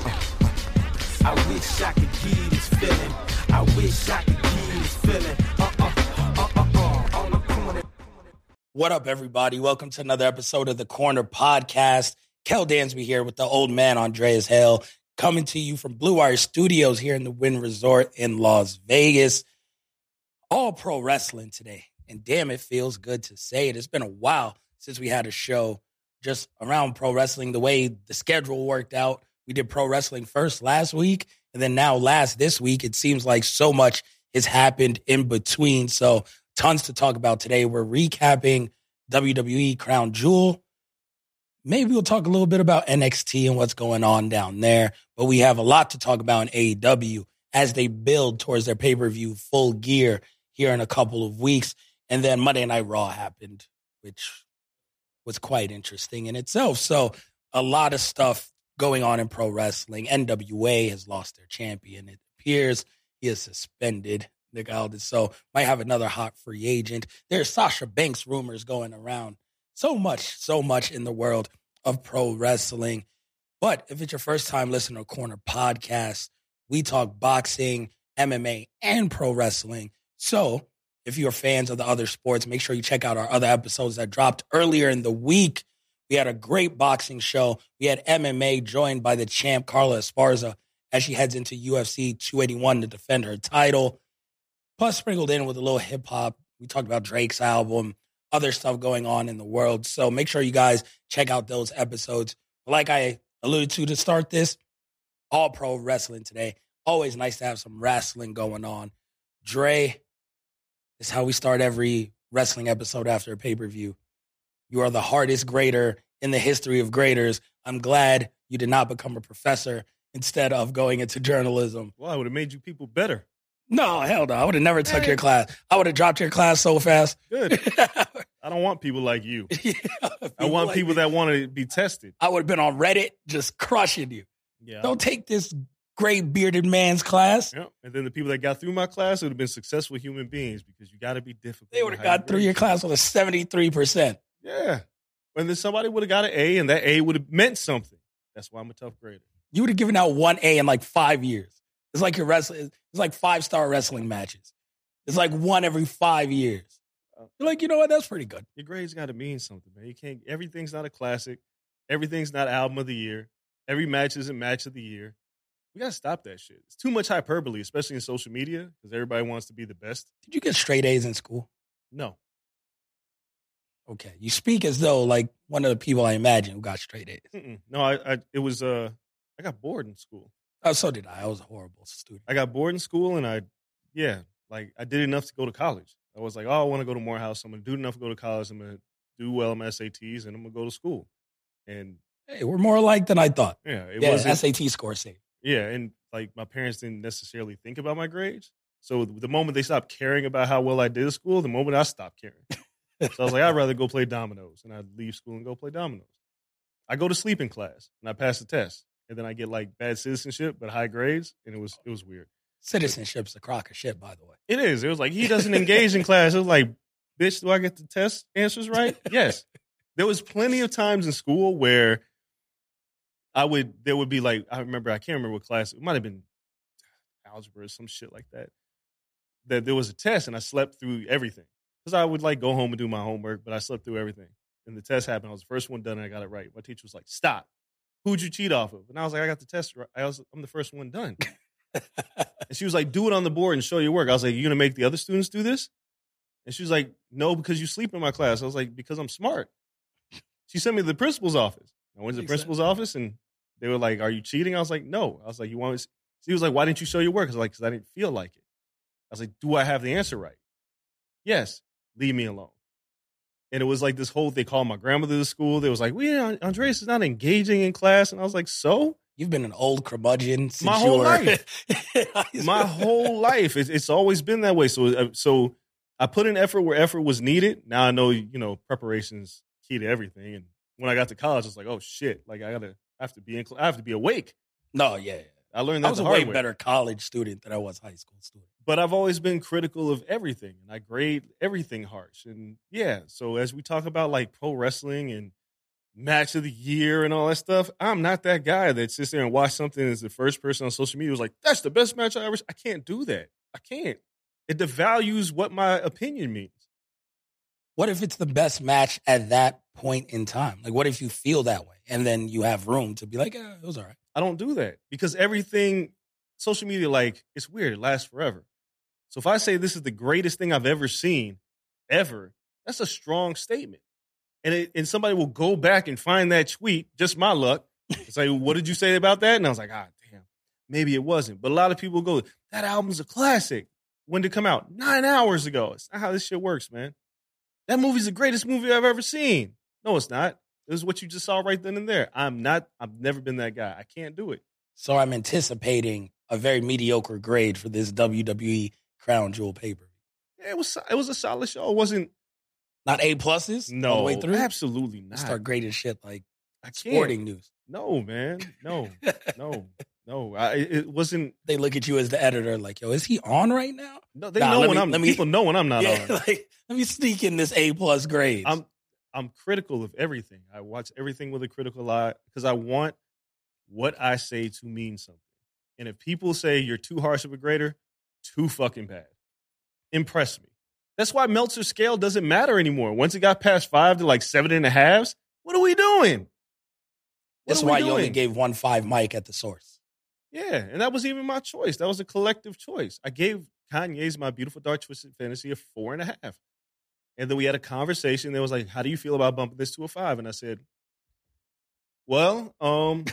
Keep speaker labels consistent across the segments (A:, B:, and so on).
A: I wish I could give this feeling. I wish I could give this feeling. Uh uh uh uh uh. All I'm doing
B: What up, everybody? Welcome to another episode of the Corner Podcast. Kel Dansby here with the old man Andreas Hale, coming to you from Blue Wire Studios here in the Wynn Resort in Las Vegas. All pro wrestling today, and damn, it feels good to say it. It's been a while since we had a show just around pro wrestling. The way the schedule worked out, we did pro wrestling first last week, and then now last this week. It seems like so much has happened in between. So tons to talk about today. We're recapping WWE Crown Jewel. Maybe we'll talk a little bit about NXT and what's going on down there, but we have a lot to talk about in AEW as they build towards their pay per view full gear here in a couple of weeks. And then Monday Night Raw happened, which was quite interesting in itself. So, a lot of stuff going on in pro wrestling. NWA has lost their champion, it appears. He is suspended, Nick Aldis. So might have another hot free agent. There's Sasha Banks rumors going around. So much, so much in the world of pro wrestling. But if it's your first time listening to Corner Podcast, we talk boxing, MMA, and pro wrestling. So if you're fans of the other sports, make sure you check out our other episodes that dropped earlier in the week. We had a great boxing show. We had MMA joined by the champ Carla Esparza as she heads into UFC 281 to defend her title. Plus, sprinkled in with a little hip hop. We talked about Drake's album, other stuff going on in the world. So make sure you guys check out those episodes. Like I alluded to to start this, all pro wrestling today. Always nice to have some wrestling going on. Dre is how we start every wrestling episode after a pay per view. You are the hardest grader in the history of graders. I'm glad you did not become a professor instead of going into journalism.
C: Well, I would have made you people better.
B: No, hell no. I would have never took your class. I would have dropped your class so fast.
C: Good. I don't want people like you. I want people that want to be tested.
B: I would have been on Reddit just crushing you.
C: Yeah.
B: Don't take this gray bearded man's class.
C: yeah. And then the people that got through my class would have been successful human beings because you got to be difficult.
B: They would
C: in
B: have
C: how you
B: got through
C: grade.
B: your class with a 73%.
C: Yeah. And then somebody would have got an A, and that A would have meant something. That's why I'm a tough grader.
B: You would have given out one A in like five years. It's like your wrestling, it's like five star wrestling matches. It's like one every five years. You're like, you know what? That's pretty good.
C: Your grades got to mean something, man. You can't. Everything's not a classic. Everything's not album of the year. Every match isn't match of the year. We gotta stop that shit. It's too much hyperbole, especially in social media, because everybody wants to be the best.
B: Did you get straight A's in school?
C: No,
B: Okay. You speak as though like one of the people I imagine who got straight A's.
C: Mm-mm. No, I, I it was uh I got bored in school.
B: Oh, so did I. I was a horrible student.
C: I got bored in school and I yeah, like I did enough to go to college. I was like, oh, I want to go to Morehouse. I'm gonna do enough to go to college. I'm gonna do well in my SATs and I'm gonna go to school. And
B: Hey, we're more alike than I thought.
C: yeah, it
B: yeah,
C: wasn't
B: SAT score same.
C: yeah, and like my parents didn't necessarily think about my grades. So the moment they stopped caring about how well I did at school, the moment I stopped caring. So I was like, I'd rather go play dominoes. And I'd leave school and go play dominoes. I go to sleep in class and I pass the test. And then I get like bad citizenship but high grades. And it was it was weird.
B: Citizenship's a crock of shit, by the way.
C: It is. It was like he doesn't engage in class. It was like, bitch, do I get the test answers right? Yes. There was plenty of times in school where I would there would be like I remember I can't remember what class it might have been algebra or some shit like that. That there was a test and I slept through everything because I would like go home and do my homework, but I slept through everything. And the test happened. I was the first one done and I got it right. My teacher was like, "Stop! Who'd you cheat off of?" And I was like, "I got the test. Right. I was I'm the first one done." And she was like, do it on the board and show your work. I was like, you gonna make the other students do this? And she was like, no, because you sleep in my class. I was like, because I'm smart. She sent me to the principal's office. I went to the
B: Makes
C: principal's office and they were like, are you cheating? I was like, no. I was like, you want me? to-" She was like, why didn't you show your work? I was like, because I didn't feel like it. I was like, do I have the answer right? Yes. Leave me alone. And it was like this whole, they called my grandmother to school. They was like, we, uh, Andreas is not engaging in class. And I was like, so?
B: You've been an old curmudgeon since
C: My
B: you
C: whole
B: were-
C: life. my whole life it's, it's always been that way so uh, so i put in effort where effort was needed now i know you know preparation's key to everything and when i got to college it's like oh shit like i gotta I have to be in cl- i have to be awake
B: No, yeah. yeah.
C: i learned that
B: I was
C: the
B: a
C: hard
B: way
C: way.
B: better college student than I was high school student.
C: but i've always been critical of everything and i grade everything harsh and yeah so as we talk about like pro wrestling and match of the year and all that stuff i'm not that guy that sits there and watch something as the first person on social media was like that's the best match i ever s-" i can't do that i can't it devalues what my opinion means
B: What if it's the best match at that point in time? Like, what if you feel that way, and then you have room to be like, eh, it was all right.
C: I don't do that because everything social media like it's weird. It lasts forever. So if I say this is the greatest thing I've ever seen, ever, that's a strong statement. And it, and somebody will go back and find that tweet. Just my luck. It's like, what did you say about that? And I was like, ah, damn, maybe it wasn't. But a lot of people go, that album's a classic. When did it come out? Nine hours ago. It's not how this shit works, man. That movie's the greatest movie I've ever seen. No, it's not. It was what you just saw right then and there. I'm not, I've never been that guy. I can't do it.
B: So I'm anticipating a very mediocre grade for this WWE Crown Jewel paper.
C: Yeah, It was, it was a solid show. It wasn't,
B: Not A pluses.
C: no,
B: all the way through.
C: absolutely
B: You
C: not.
B: Start grading shit like
C: I can't.
B: sporting news.
C: No, man. No, no, no. I, it it wasn't,
B: they look at you as the editor, like, yo, is he on right now?
C: no, they
B: Nah,
C: know
B: let
C: when
B: me-
C: I'm,
B: let me-
C: people know when I'm not
B: yeah,
C: on.
B: like let me sneak in this A plus grade.
C: I'm I'm critical of everything. I watch everything with a critical eye because I want what I say to mean something. And if people say you're too harsh of a grader, too fucking bad. Impress me. That's why Meltzer's scale doesn't matter anymore. Once it got past five to like seven and a halves, what are we doing? What
B: That's
C: are we
B: why you only
C: doing?
B: gave one five mic at the source.
C: Yeah, and that was even my choice. That was a collective choice. I gave Kanye's My Beautiful Dark Twisted Fantasy a four and a half. And then we had a conversation that was like, How do you feel about bumping this to a five? And I said, Well, um,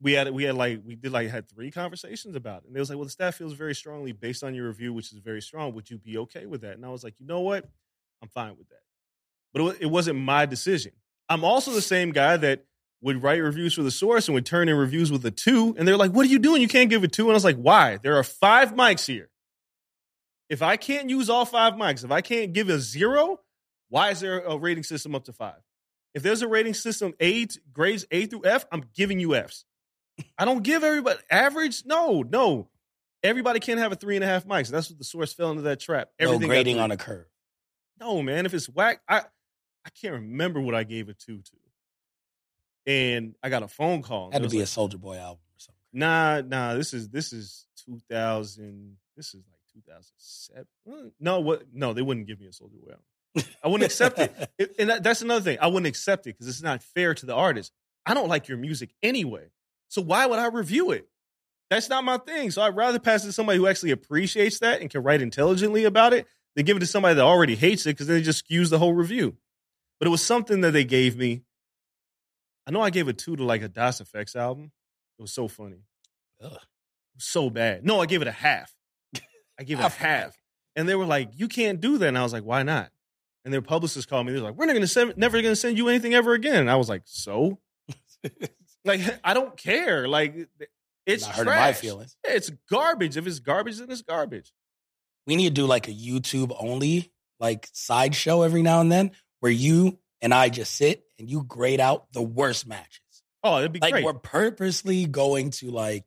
C: we had we had like we did like had three conversations about it. And they was like, Well, the staff feels very strongly based on your review, which is very strong. Would you be okay with that? And I was like, you know what? I'm fine with that. But it, wa- it wasn't my decision. I'm also the same guy that would write reviews for the source and would turn in reviews with a two. And they're like, what are you doing? You can't give a two. And I was like, why? There are five mics here. If I can't use all five mics, if I can't give a zero, why is there a rating system up to five? If there's a rating system A t- grades A through F, I'm giving you Fs. I don't give everybody average. No, no. Everybody can't have a three and a half mics. That's what the source fell into that trap.
B: no
C: got
B: grading
C: three.
B: on a curve.
C: No, man. If it's whack, I I can't remember what I gave a two to. And I got a phone call. and
B: Had
C: it
B: to
C: was
B: be a
C: like,
B: Soldier Boy album or something.
C: nah, nah. This is this is two thousand. This is like two thousand seven. uh, No, what? No, they wouldn't give me a Soldier Boy album. I wouldn't accept it. It- and that, that's another thing. I wouldn't accept it because it's not fair to the artist. I don't like your music anyway, so why would I review it? That's not my thing. So I'd rather pass it to somebody who actually appreciates that and can write intelligently about it than give it to somebody that already hates it because then it just skews the whole review. But it was something that they gave me. I know I gave a two to like a Das Effects album. It was so funny.
B: Ugh.
C: It was so bad. No, I gave it a half. I gave it a
B: Half.
C: half. And they were like, you can't do that. And I was like, why not? And their publicist called me. They were like, we're not gonna send, never going to send you anything ever again. And I was like, so? Like, I don't care. Like, it's
B: Not
C: trash.
B: hurting my feelings.
C: Yeah, it's garbage. If it's garbage, then it's garbage.
B: We need to do like a YouTube only like sideshow every now and then where you and I just sit and you grade out the worst matches.
C: Oh, it'd be
B: Like
C: great.
B: we're purposely going to like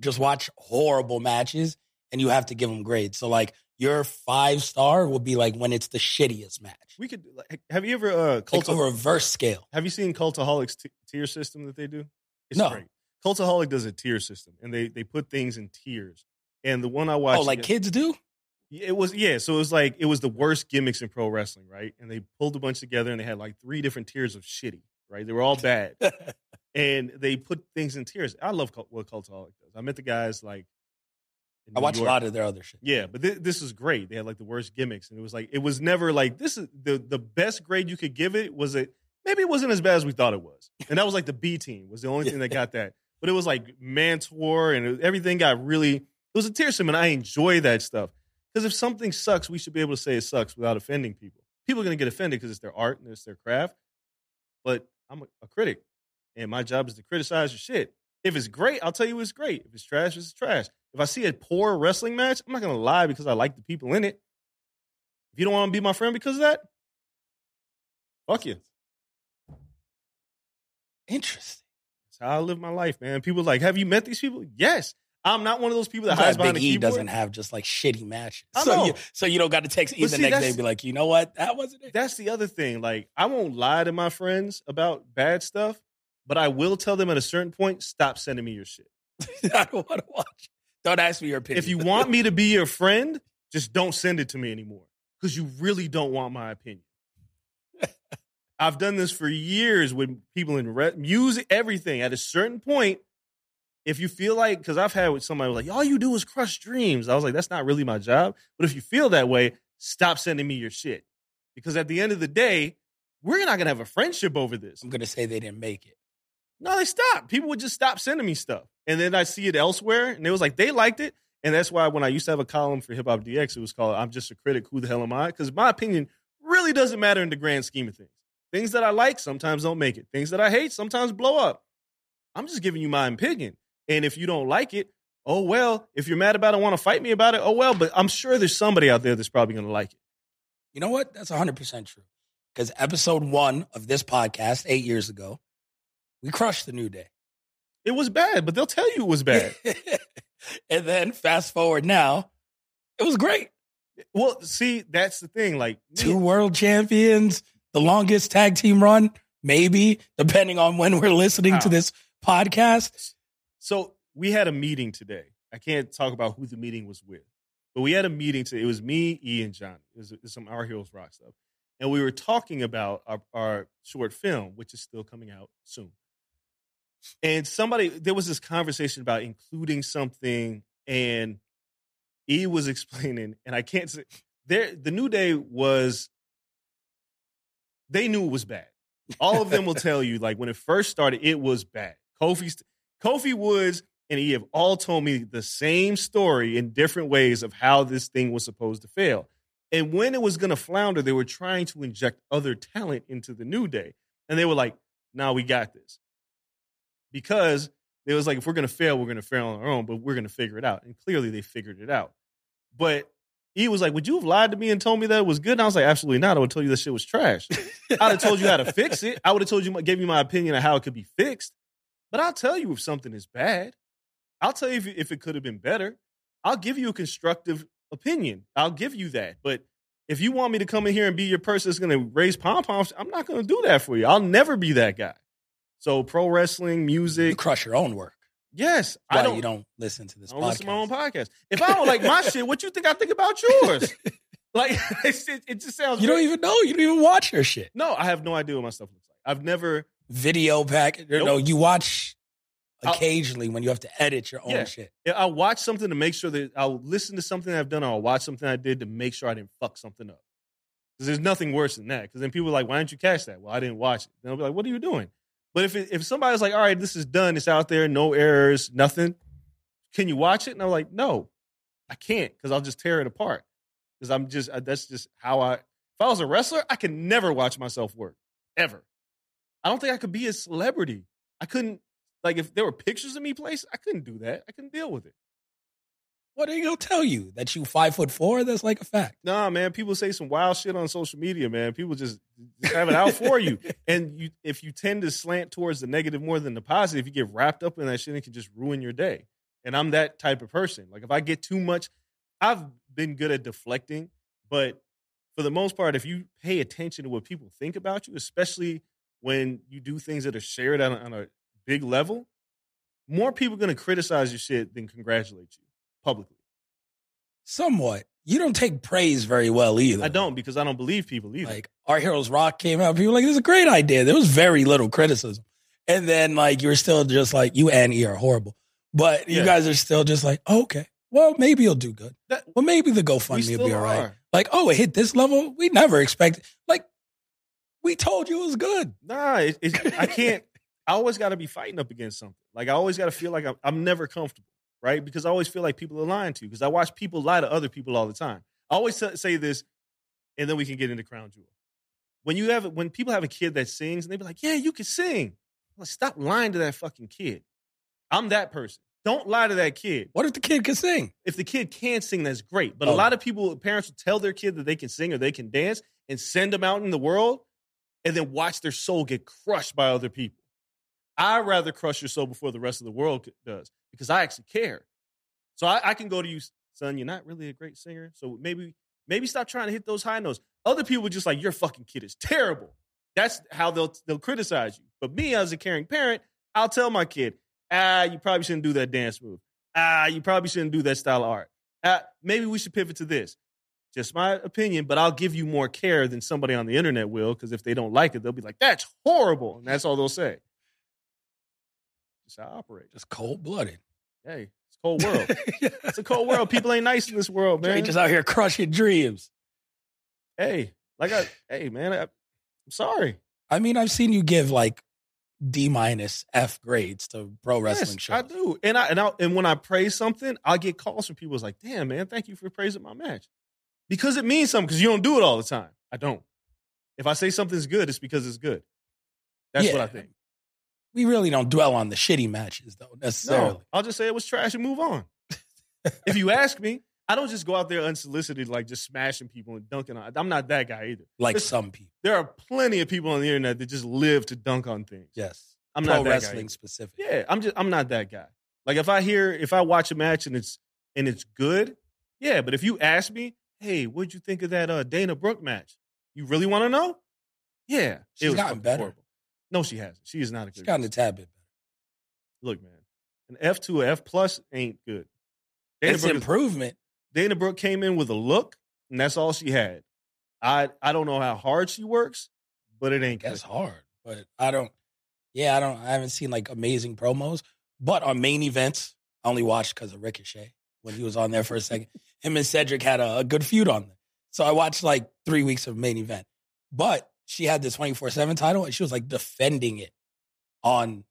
B: just watch horrible matches and you have to give them grades. So like your five star will be like when it's the shittiest match.
C: We could. Like, have you ever uh,
B: Like
C: cult?
B: a reverse scale.
C: have you seen Cultaholic's t- tier system that they do? It's
B: No.
C: great. Cultaholic does a tier system, and they they put things in tiers. And the one I watched,
B: Oh, like kids do?
C: It was yeah, so it was like it was the worst gimmicks in pro wrestling, right? And they pulled a bunch together and they had like three different tiers of shitty, right? They were all bad. and they put things in tiers. I love cult, what Cultaholic does. I met the guys like in
B: I
C: New
B: watch a
C: York.
B: lot of their other shit.
C: Yeah, but th- this was great. They had like the worst gimmicks, and it was like it was never like this is the the best grade you could give it was it maybe it wasn't as bad as we thought it was, and that was like the B team was the only thing that got that. But it was like Mantor and it- everything got really it was a tear and I enjoy that stuff because if something sucks, we should be able to say it sucks without offending people. People are gonna get offended because it's their art and it's their craft, but I'm a, a critic, and my job is to criticize your shit. If it's great, I'll tell you it's great. If it's trash, it's trash. If I see a poor wrestling match, I'm not gonna lie because I like the people in it. If you don't want to be my friend because of that, fuck you.
B: Interesting.
C: That's how I live my life, man. People like, have you met these people? Yes. I'm not one of those people that
B: I'm glad
C: hides behind
B: Big
C: a
B: E
C: keyboard.
B: doesn't have just like shitty matches.
C: I
B: So
C: know.
B: you, so you don't got to text E
C: But
B: the
C: see,
B: next day
C: that's-
B: and be like, you know what? That wasn't it.
C: That's the other thing. Like, I won't lie to my friends about bad stuff, but I will tell them at a certain point, stop sending me your shit.
B: I don't want to watch. it. Don't ask me your opinion.
C: If you want me to be your friend, just don't send it to me anymore because you really don't want my opinion. I've done this for years with people in re- music, everything. At a certain point, if you feel like, because I've had with somebody like, all you do is crush dreams. I was like, that's not really my job. But if you feel that way, stop sending me your shit. Because at the end of the day, we're not going to have a friendship over this.
B: I'm gonna say they didn't make it.
C: No, they stopped. People would just stop sending me stuff. And then I see it elsewhere. And it was like, they liked it. And that's why when I used to have a column for Hip Hop DX, it was called I'm Just a Critic. Who the hell am I? Because my opinion really doesn't matter in the grand scheme of things. Things that I like sometimes don't make it. Things that I hate sometimes blow up. I'm just giving you my opinion. And if you don't like it, oh well. If you're mad about it, want to fight me about it, oh well. But I'm sure there's somebody out there that's probably going to like it.
B: You know what? That's 100 percent true. Because episode one of this podcast eight years ago, we crushed the new day.
C: It was bad, but they'll tell you it was bad.
B: and then fast forward now, it was great.
C: well, see, that's the thing. Like,
B: Two world champions, the longest tag team run, maybe depending on when we're listening to
C: Wow.
B: this podcast.
C: So we had a meeting today. I can't talk about who the meeting was with, but we had a meeting today. It was me, E, and Johnny. It was, it was some Our Heroes Rock stuff. And we were talking about our, our short film, which is still coming out soon. And somebody, there was this conversation about including something, and E was explaining, and I can't say, there, the New Day was, they knew it was bad. All of them will tell you, like, when it first started, it was bad. Kofi's, Kofi Woods and he have all told me the same story in different ways of how this thing was supposed to fail. And when it was going to flounder, they were trying to inject other talent into the new day. And they were like, now we got this. Because they was like, if we're going to fail, we're going to fail on our own, but we're going to figure it out. And clearly they figured it out. But he was like, would you have lied to me and told me that it was good? And I was like, absolutely not. I would tell you this shit was trash. I'd have told you how to fix it. I would have told you, gave you my opinion on how it could be fixed. But I'll tell you if something is bad. I'll tell you if, if it could have been better. I'll give you a constructive opinion. I'll give you that. But if you want me to come in here and be your person that's going to raise pom poms, I'm not going to do that for you. I'll never be that guy. So pro wrestling,
B: You
C: music,
B: crush your own work.
C: yes.
B: Why
C: I don't.
B: you don't listen to this
C: I don't
B: podcast?
C: listen to my own podcast. If I don't like my shit, what you think I think about yours? Like it's, it, it just sounds.
B: you don't e
C: very-
B: even know. You don't even watch your shit.
C: No, I have no idea what my stuff looks like. I've never.
B: Video pack. You know, you watch
C: I'll-
B: occasionally when you have to edit your own
C: Yeah.
B: shit.
C: Yeah, I'll watch something to make sure that I'll listen to something I've done, or I'll watch something I did to make sure I didn't fuck something up. Because there's nothing worse than that. Because then people are like, why didn't you catch that? Well, I didn't watch it. Then I'll be like, what are you doing? But if it, if somebody's like, all right, this is done, it's out there, no errors, nothing, can you watch it? And I'm like, no, I can't, because I'll just tear it apart. Because I'm just I- that's just how I. If I was a wrestler, I could never watch myself work ever. I don't think I could be a celebrity. I couldn't like if there were pictures of me placed, I couldn't do that. I couldn't deal with it.
B: What are they gonna tell you that you five foot four? That's like a fact.
C: Nah, man, people say some wild shit on social media, man. People just, just have it out for you. And you if you tend to slant towards the negative more than the positive, you get wrapped up in that shit and it can just ruin your day. And I'm that type of person. Like if I get too much, I've been good at deflecting, but for the most part, if you pay attention to what people think about you, especially when you do things that are shared on a, on a big level, more people are going to criticize your shit than congratulate you publicly.
B: Somewhat. You don't take praise very well either.
C: I don't because I don't believe people either.
B: Like Our Heroes Rock came out, people were like, this is a great idea. There was very little criticism. And then like you were still just like, you and E are horrible. But you
C: Yeah.
B: guys are still just like, oh, okay. Well, maybe you'll do good.
C: That-
B: Well, maybe the
C: we
B: GoFundMe
C: still
B: will be all right.
C: are.
B: Like, oh, it hit this level. We never expected. Like, we told you it was good.
C: Nah, it, it, I can't. I always got to be fighting up against something. Like I always got to feel like I'm, I'm never comfortable, right? Because I always feel like people are lying to you. Because I watch people lie to other people all the time. I always sa- say this, and then we can get into crown jewel. When you have when people have a kid that sings and they be like, "Yeah, you can sing," I'm like, stop lying to that fucking kid. I'm that person. Don't lie to that kid.
B: What if the kid could sing?
C: If the kid can sing, that's great. But
B: Oh.
C: a lot of people, parents will tell their kid that they can sing or they can dance and send them out in the world and then watch their soul get crushed by other people. I'd rather crush your soul before the rest of the world c- does because I actually care. So I, I can go to you, son, you're not really a great singer. So maybe, maybe stop trying to hit those high notes. Other people are just like, your fucking kid is terrible. That's how they'll, they'll criticize you. But me, as a caring parent, I'll tell my kid, ah, you probably shouldn't do that dance move. Ah, you probably shouldn't do that style of art. Ah, maybe we should pivot to this just my opinion, but I'll give you more care than somebody on the internet will because if they don't like it, they'll be like, that's horrible. And that's all they'll say. That's how I operate.
B: Just cold blooded.
C: Hey, it's a cold world. it's a cold world. People ain't nice in this world,
B: Dre
C: man.
B: just out here crushing dreams.
C: hey, like I, hey, man, I, I'm sorry.
B: I mean, I've seen you give like D minus F grades to pro
C: Yes,
B: wrestling
C: I
B: shows.
C: do. And I, and I, and when I praise something, I get calls from people. It's like, damn, man, thank you for praising my match because it means something because you don't do it all the time. I don't. If I say something's good, it's because it's good. That's
B: Yeah.
C: what I think.
B: We really don't dwell on the shitty matches though, necessarily.
C: No, I'll just say it was trash and move on. if you ask me, I don't just go out there unsolicited, like just smashing people and dunking on. I'm not that guy either.
B: Like
C: Listen,
B: some people.
C: There are plenty of people on the internet that just live to dunk on things.
B: Yes.
C: I'm
B: pro
C: not that
B: wrestling
C: guy.
B: specific.
C: either. Yeah, I'm just I'm not that guy. Like if I hear if I watch a match and it's and it's good, yeah. But if you ask me, hey, what'd you think of that uh, Dana Brooke match? You really want to know? Yeah,
B: She's gotten
C: fucking
B: better.
C: No, she hasn't. She is not a good.
B: It's gotten a tad bit
C: look, man, an F two, F plus ain't good.
B: better.
C: Dana
B: It's
C: Brooke, is-
B: improvement.
C: Dana Brooke came in with a look, and that's all she had. I I don't know how hard she works, but it ain't good.
B: That's hard. But I don't yeah, I don't I haven't seen like amazing promos. But on main events, I only watched because of Ricochet when he was on there for a second. Him and Cedric had a, a good feud on there. So I watched like three weeks of main event. But she had the 24 7 title and she was like defending it on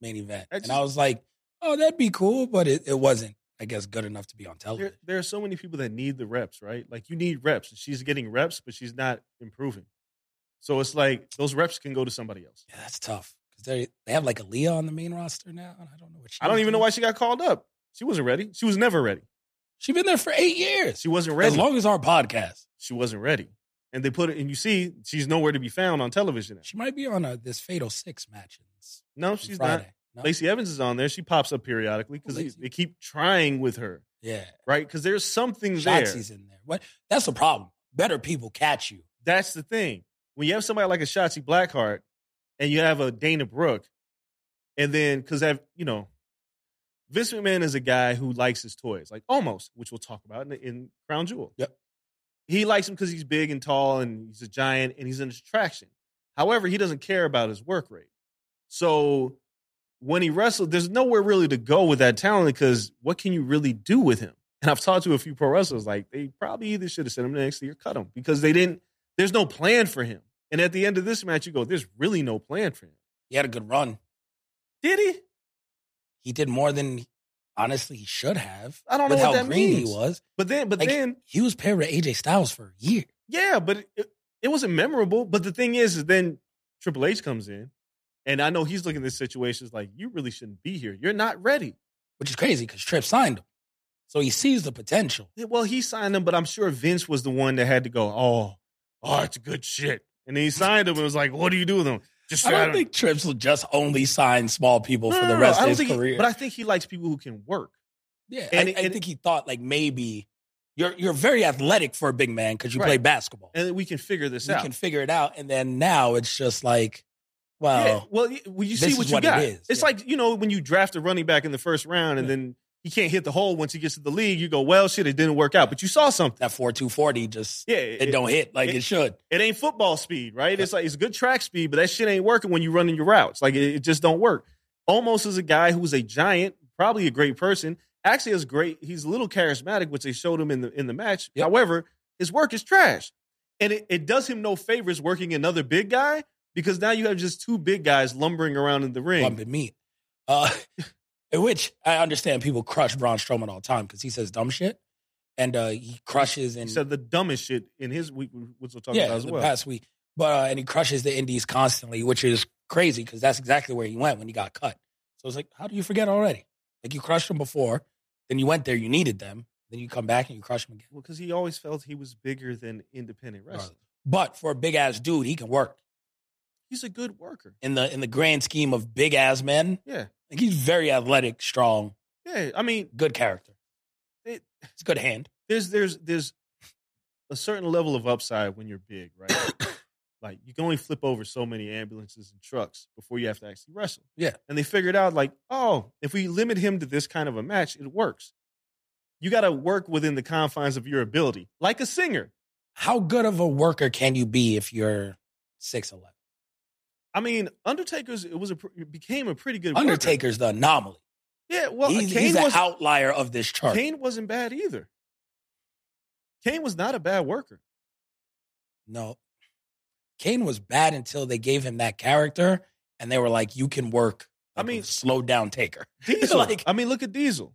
B: main event.
C: I
B: and I
C: just-
B: was like, oh, that'd be cool. But it, it wasn't, I guess, good enough to be on
C: There,
B: television.
C: there are so many people that need the reps, right? Like you need reps. She's getting reps, but she's not improving. So it's like those reps can go to somebody else.
B: Yeah, that's tough. Because they they have like Aaliyah on the main roster now. And I don't know what she
C: I don't even know why she got called up. She wasn't ready. She was never ready.
B: She's been there for eight years.
C: She wasn't
B: As
C: ready.
B: long as our podcast.
C: she wasn't ready. And they put it, and you see, she's nowhere to be found on television. Now.
B: She might be on a, this Fatal Six match. It's
C: No, she's not.
B: Friday. No?
C: Lacey Evans is on there. She pops up periodically because they,
B: Lacey.
C: they keep trying with her,
B: Yeah.
C: right? Because there's something there.
B: Shotzi's in there. What? That's the problem. Better people catch you.
C: That's the thing. When you have somebody like a Shotzi Blackheart and you have a Dana Brooke, and then because I've you know, Vince McMahon is a guy who likes his toys, like almost, which we'll talk about in, in Crown Jewel.
B: Yep.
C: He likes him because he's big and tall and he's a giant and he's an attraction. However, he doesn't care about his work rate. So when he wrestled, there's nowhere really to go with that talent because what can you really do with him? And I've talked to a few pro wrestlers, like they probably either should have sent him to NXT or cut him because they didn't, there's no plan for him. And at the end of this match, you go, there's really no plan for him.
B: He had a good run.
C: Did he?
B: He did more than honestly he should have.
C: I don't know
B: with
C: what
B: how
C: that
B: green
C: means.
B: he was.
C: But then, but
B: Like-
C: then,
B: He was paired with AJ Styles for a year.
C: yeah, but it, it wasn't memorable. But the thing is, is then Triple H comes in. And I know he's looking at this situation it's like, you really shouldn't be here. You're not ready.
B: Which is crazy because Tripp signed him. So he sees the potential.
C: Yeah, Well, he signed him, but I'm sure Vince was the one that had to go, oh, oh, it's good shit. And then he signed him and was like, what do you do with him? Just
B: I
C: sign
B: don't
C: him.
B: think Trips will just only sign small people
C: No,
B: for
C: no,
B: the
C: no,
B: rest of
C: I don't
B: his
C: think he-
B: career.
C: but I think he likes people who can work.
B: yeah,
C: and
B: I,
C: it-
B: I
C: and-
B: think he thought like maybe You're you're very athletic for a big man because you
C: Right.
B: play basketball.
C: and we can figure this
B: you
C: out.
B: can figure it out, and then now it's just like, wow.
C: Yeah, well, y- well, you
B: Oh. This
C: see
B: is
C: what you
B: what it
C: got.
B: is,
C: It's
B: yeah.
C: like you know when you draft a running back in the first round, and then he can't hit the hole once he gets to the league. You go, well, shit, it didn't work out, but you saw something.
B: That four two forty just
C: Yeah,
B: it, don't hit like it,
C: it-
B: should.
C: it ain't football speed, right? It's like it's good track speed, but that shit ain't working when you running your routes. Like it, it just don't work. Almost is a guy who's a giant, probably a great person. Actually, is great. He's a little charismatic, which they showed him in the in the match.
B: Yep.
C: However, his work is trash, and it, it does him no favors working another big guy because now you have just two big guys lumbering around in the ring.
B: Bumping meat. Uh, in which I understand people crush Braun Strowman all the time because he says dumb shit, and uh, he crushes and
C: He said the dumbest shit in his week, which we'll talk
B: yeah,
C: about as
B: the
C: well.
B: past week. But uh, and he crushes the indies constantly, which is crazy because that's exactly where he went when he got cut. So it's like, how do you forget already? Like you crushed them before, then you went there, you needed them, then you come back and you crush them again.
C: Because he always felt he was bigger than independent wrestling.
B: But for a big ass dude, he can work
C: He's a good worker.
B: in the in the grand scheme of big ass men.
C: Yeah.
B: Like he's very athletic, strong,
C: Yeah. I mean,
B: good character.
C: It-
B: It's a good hand.
C: there's there's there's a certain level of upside when you're big, right? like you can only flip over so many ambulances and trucks before you have to actually wrestle.
B: Yeah.
C: And they figured out like, oh, if we limit him to this kind of a match, it works. You got to work within the confines of your ability, like a singer.
B: How good of a worker can you be if you're six eleven?
C: I mean, Undertaker's it was a pr- it became a pretty good worker.
B: Undertaker's the anomaly.
C: Yeah, well,
B: he's,
C: Kane
B: he's an
C: was
B: outlier of this chart.
C: Kane wasn't bad either. Kane was not a bad worker.
B: No. Kane was bad until they gave him that character and they were like, you can work.
C: I
B: like a
C: mean-
B: slow down taker.
C: Diesel.
B: Like-
C: I mean, look at Diesel.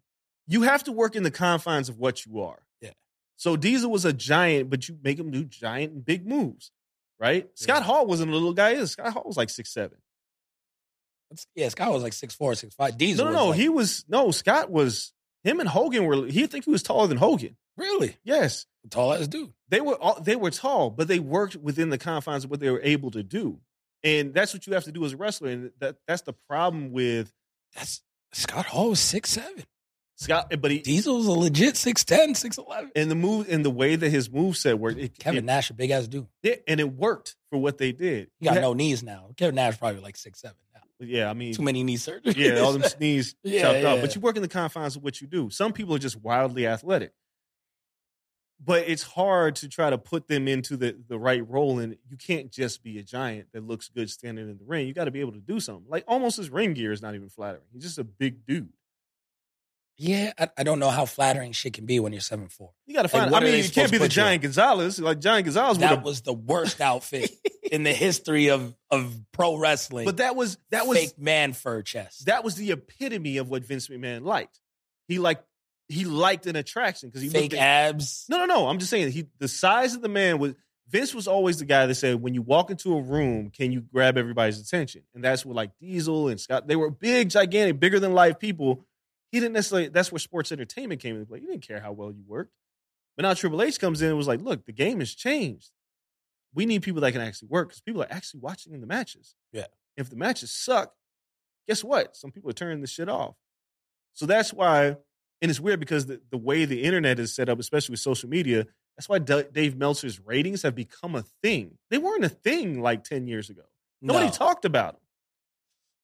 C: You have to work in the confines of what you are.
B: Yeah.
C: So Diesel was a giant, but you make him do giant and big moves, right? Scott Hall wasn't a little guy. Either. Scott Hall was like six seven.
B: That's- yeah, Scott was like 6'4, 6'5. Diesel.
C: no,
B: was
C: no, no.
B: like-
C: he was no. Scott was him and Hogan were. He think he was taller than Hogan.
B: really
C: Yes,
B: tall ass dude.
C: they were. All, they were tall, but they worked within the confines of what they were able to do, and that's what you have to do as a wrestler. And that that's the problem with
B: That's Scott Hall was 6'7.
C: Scott. But he
B: Diesel was a legit 6'10, 6'11.
C: and the move and the way that his move set worked. It,
B: Kevin
C: it-
B: Nash, a big ass dude.
C: Yeah, and it worked for what they did.
B: He got
C: yeah,
B: no knees now. Kevin Nash probably like 6'7 now.
C: yeah, I mean,
B: Too many knee surgeries.
C: yeah, all them sneeze
B: Yeah,
C: chopped off.
B: yeah.
C: But you work in the confines of what you do. Some people are just wildly athletic, but it's hard to try to put them into the the right role. And you can't just be a giant that looks good standing in the ring. You got to be able to do something. Like almost his ring gear is not even flattering. He's just a big dude.
B: yeah I, I don't know how flattering shit can be when you're 7'4.
C: You got to
B: Like,
C: find.
B: what
C: I
B: are they
C: mean, you
B: supposed
C: can't
B: to
C: be the
B: put you in?
C: giant Gonzalez. Like giant Gonzalez would
B: That
C: have.
B: was the worst outfit in the history of, of pro wrestling.
C: But that was that was
B: fake man fur chest.
C: that was the epitome of what Vince McMahon liked. He liked he liked an attraction because he
B: fake
C: looked at-
B: abs.
C: No, no, no. I'm just saying he the size of the man was Vince was always the guy that said when you walk into a room, can you grab everybody's attention? And that's what like Diesel and Scott, they were big, gigantic, bigger than life people. He didn't necessarily that's where sports entertainment came into play. He didn't care how well you worked. But now Triple H comes in and was like, look, the game has changed. We need people that can actually work because people are actually watching the matches.
B: Yeah.
C: If the matches suck, guess what? Some people are turning this shit off. So that's why and it's weird because the, the way the internet is set up, especially with social media, that's why D- Dave Meltzer's ratings have become a thing. They weren't a thing like 10 years ago. Nobody
B: No.
C: talked about them.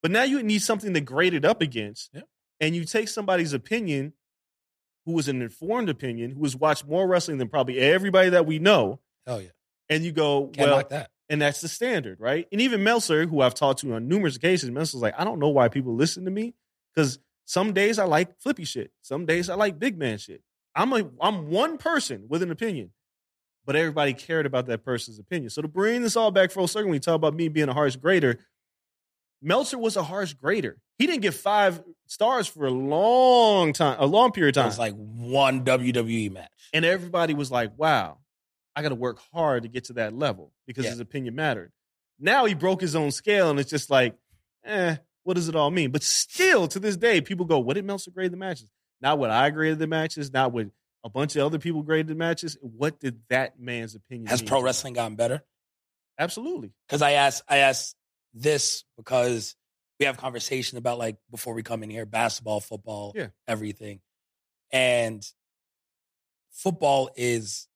C: But now you need something to grade it up against.
B: Yeah.
C: And you take somebody's opinion, who was an informed opinion, who has watched more wrestling than probably everybody that we know,
B: Hell yeah.
C: and you go,
B: Can't
C: well,
B: knock that.
C: and that's the standard, right? And even Meltzer, who I've talked to on numerous occasions, Meltzer's like, I don't know why people listen to me because some days I like flippy shit, some days I like big man shit. I'm a I'm one person with an opinion, but everybody cared about that person's opinion. So to bring this all back full circle, when you talk about me being a harsh grader, Meltzer was a harsh grader. He didn't get five stars for a long time, a long period
B: It
C: of time.
B: was like one WWE match.
C: And everybody was like, wow, I got to work hard to get to that level because
B: Yeah.
C: his opinion mattered. Now he broke his own scale and it's just like, eh, what does it all mean? But still to this day, people go, what did Meltzer grade the matches? Not what I graded the matches, not what a bunch of other people graded the matches. What did that man's opinion
B: Has
C: mean
B: pro
C: to you?
B: wrestling gotten better?
C: Absolutely.
B: Because I asked I asked this because we have conversation about like before we come in here, basketball, football,
C: Yeah.
B: everything. And football is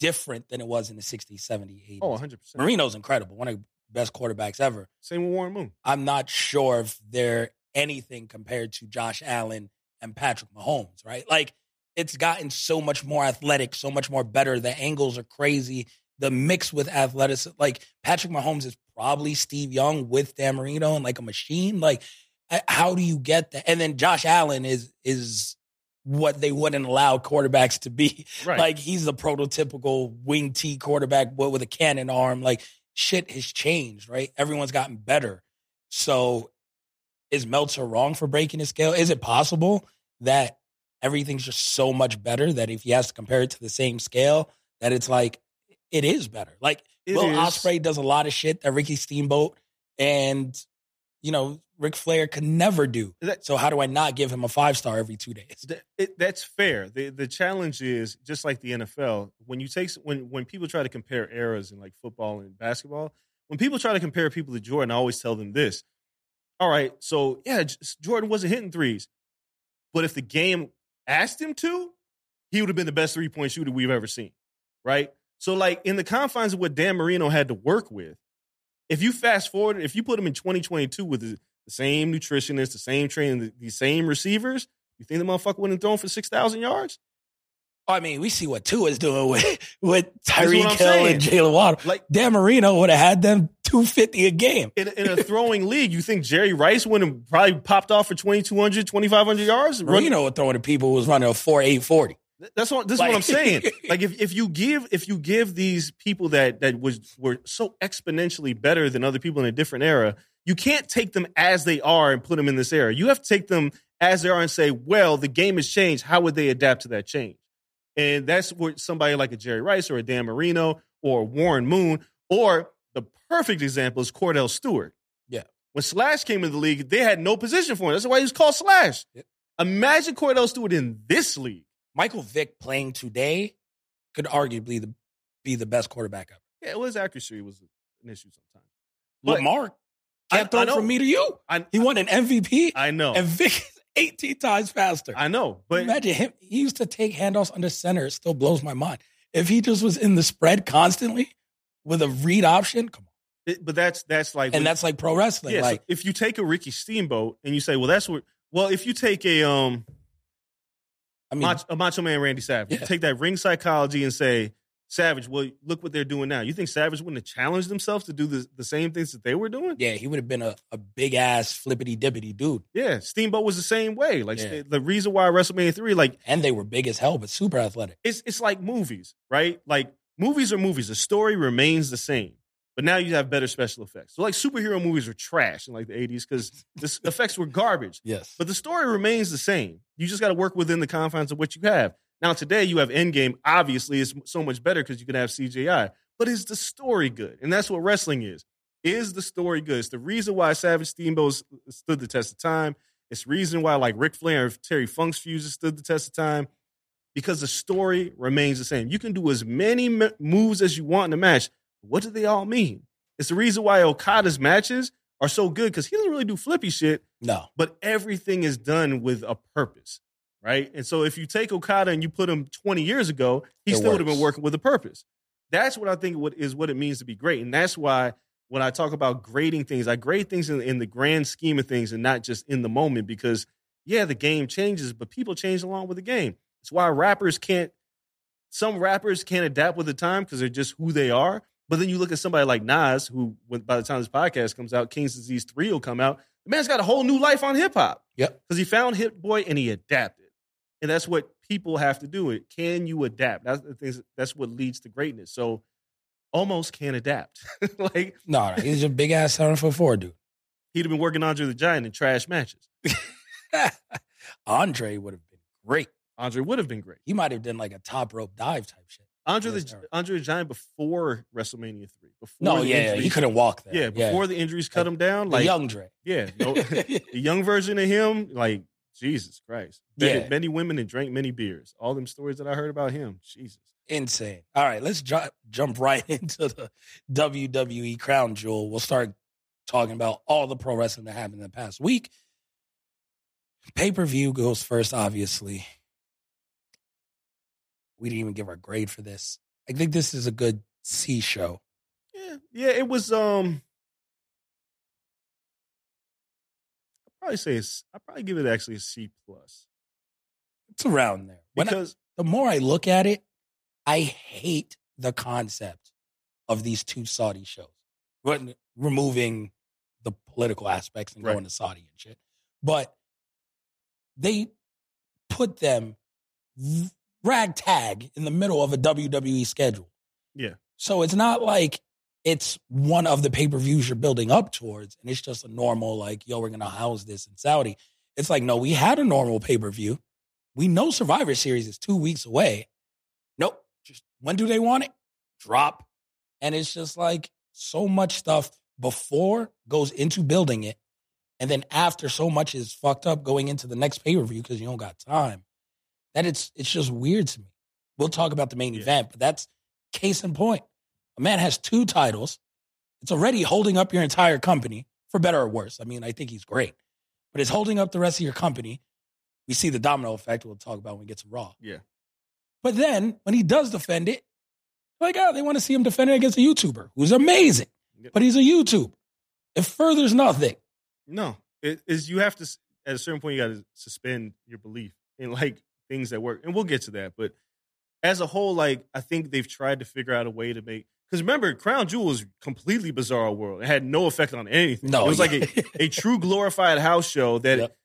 B: different than it was in the 60s, 70s, 80s.
C: Oh, 100%.
B: Marino's incredible, one of the best quarterbacks ever.
C: Same with Warren Moon.
B: I'm not sure if they're anything compared to Josh Allen and Patrick Mahomes, right? Like it's gotten so much more athletic, so much more better. The angles are crazy. The mix with athleticism, like Patrick Mahomes is probably Steve Young with Dan Marino and like a machine. Like, I- how do you get that? And then Josh Allen is is what they wouldn't allow quarterbacks to be.
C: Right.
B: Like he's the prototypical wing T quarterback, but with a cannon arm. Like shit has changed, right? Everyone's gotten better. So is Meltzer wrong for breaking his scale? Is it possible that everything's just so much better that if he has to compare it to the same scale, that it's like it is better? Like
C: It
B: Will
C: is.
B: Osprey does a lot of shit that Ricky Steamboat and you know Ric Flair could never do.
C: That-
B: So how do I not give him a five star every two days?
C: Th- it, that's fair. The the challenge is just like the NFL. When you take when when people try to compare eras in like football and basketball, when people try to compare people to Jordan, I always tell them this. All right, so yeah, J- Jordan wasn't hitting threes, but if the game asked him to, he would have been the best three point shooter we've ever seen, right? So like in the confines of what Dan Marino had to work with, if you fast forward, if you put him in 2022 with the, the same nutritionist, the same training, the, the same receivers. You think the motherfucker wouldn't have thrown for 6,000 yards?
B: I mean, we see what Tua's doing with with
C: what
B: Tyreek
C: I'm
B: Hill and Jalen Waddle.
C: Like,
B: Dan Marino would have had them two fifty a game.
C: in, in a throwing league, you think Jerry Rice wouldn't have probably popped off for 2,200, 2,500 yards? Run-
B: Marino would throw to people who was running a four eight forty.
C: That's what, this is
B: Like-
C: what I'm saying. Like, if, if you give if you give these people that that was were so exponentially better than other people in a different era, you can't take them as they are and put them in this era. You have to take them as they are and say, well, the game has changed. How would they adapt to that change? And that's where somebody like a Jerry Rice or a Dan Marino or Warren Moon, or the perfect example is Cordell Stewart.
B: Yeah.
C: When Slash came into the league, they had no position for him. That's why he was called Slash.
B: Yeah.
C: Imagine Cordell Stewart in this league.
B: Michael Vick playing today could arguably the, be the best quarterback ever.
C: Yeah, well, his accuracy was an issue sometimes.
B: But
C: But
B: Lamar
C: I-
B: can't
C: I
B: throw
C: know.
B: from me to you.
C: I,
B: He won an MVP,
C: I know,
B: and Vick is eighteen times faster.
C: I know, but
B: Imagine him. He used to take handoffs under center. It still blows my mind. If he just was in the spread constantly with a read option, come on.
C: it- but that's that's like
B: And that's like pro wrestling.
C: yeah. so
B: like
C: if you take a Ricky Steamboat and you say, well, that's what. Well, if you take a um
B: I mean,
C: macho, a macho man Randy Savage,
B: Yeah.
C: you take that ring psychology and say Savage, well, look what they're doing now. You think Savage wouldn't have challenged themselves to do the, the same things that they were doing?
B: yeah, he would have been a, a big ass flippity dippity dude.
C: Yeah, Steamboat was the same way. Like
B: Yeah.
C: the reason why WrestleMania three, like
B: And they were big as hell, but super athletic.
C: it's it's like movies, right? Like movies are movies. The story remains the same, but now you have better special effects. So like superhero movies were trash in like the eighties because the effects were garbage,
B: Yes.
C: but the story remains the same. You just got to work within the confines of what you have. Now today you have Endgame. Obviously, it's so much better because you can have CGI. But is the story good? And that's what wrestling is. Is the story good? It's the reason why Savage Steamboat uh, stood the test of time. It's the reason why like Ric Flair and Terry Funk's fuses stood the test of time because the story remains the same. You can do as many m- moves as you want in a match. What do they all mean? It's the reason why Okada's matches are so good because he doesn't really do flippy shit,
B: no.
C: but everything is done with a purpose, right? And so if you take Okada and you put him 20 years ago, he
B: It
C: still would have
B: works.
C: been working with a purpose. That's what I think what is what it means to be great, and that's why when I talk about grading things, I grade things in, in the grand scheme of things and not just in the moment because yeah, the game changes, but people change along with the game. It's why rappers can't. Some rappers can't adapt with the time because they're just who they are. But then you look at somebody like Nas, who when, by the time this podcast comes out, King's Disease Three will come out. The man's got a whole new life on hip hop.
B: Yep.
C: because he found Hip Boy and he adapted, and that's what people have to do. It can you adapt? That's the things. That's what leads to greatness. So almost can't adapt. like
B: No, no. He's a big ass seven foot four dude.
C: he'd have been working Andre the Giant in trash matches.
B: Andre would have been great.
C: Andre would have been great.
B: He might have done like a top rope dive type shit.
C: Andre the
B: Yes, Eric.
C: Andre the Giant before WrestleMania three. Before
B: No,
C: the
B: yeah, yeah.
C: injuries-
B: He couldn't walk there.
C: Yeah, before the injuries cut
B: Like,
C: him down,
B: the
C: like
B: young Dre.
C: yeah, no, the young version of him, like Jesus Christ, many,
B: Yeah.
C: many women and drank many beers. All them stories that I heard about him, Jesus.
B: Insane. All right, let's ju- jump right into the WWE crown jewel. We'll start talking about all the pro wrestling that happened in the past week. Pay per view goes first, obviously. we didn't even give our grade for this. I think this is a good C show.
C: Yeah, yeah, it was. Um, I probably say it's. I probably give it actually a C plus
B: It's around there. When I-
C: because
B: the more I look at it, I hate the concept of these two Saudi shows, Re- removing the political aspects and
C: Right.
B: going to Saudi and shit. But they put them v- ragtag in the middle of a WWE schedule.
C: Yeah.
B: So it's not like it's one of the pay per views you're building up towards, and it's just a normal, like, yo, we're going to house this in Saudi. It's like, no, we had a normal pay per view. We know Survivor Series is two weeks away. Nope. Just when do they want it? Drop. And it's just like so much stuff before goes into building it. And then after so much is fucked up going into the next pay per view because you don't got time. That it's it's just weird to me. We'll talk about the main
C: Yeah.
B: event, but that's case in point. A man has two titles. It's already holding up your entire company, for better or worse. I mean, I think he's great, but it's holding up the rest of your company. We see the domino effect we'll talk about when we get to Raw.
C: Yeah.
B: But then when he does defend it, like, oh, they want to see him defend it against a YouTuber who's amazing,
C: Yep.
B: but he's a YouTuber. It furthers nothing.
C: no, it is you have to s- at a certain point you got to suspend your belief in like things that work, and we'll get to that. But as a whole, like I think they've tried to figure out a way to make. Because remember, Crown Jewel is completely bizarre world. It had no effect on anything.
B: No,
C: it was like a,
B: yeah.
C: a true glorified house show that
B: Yep.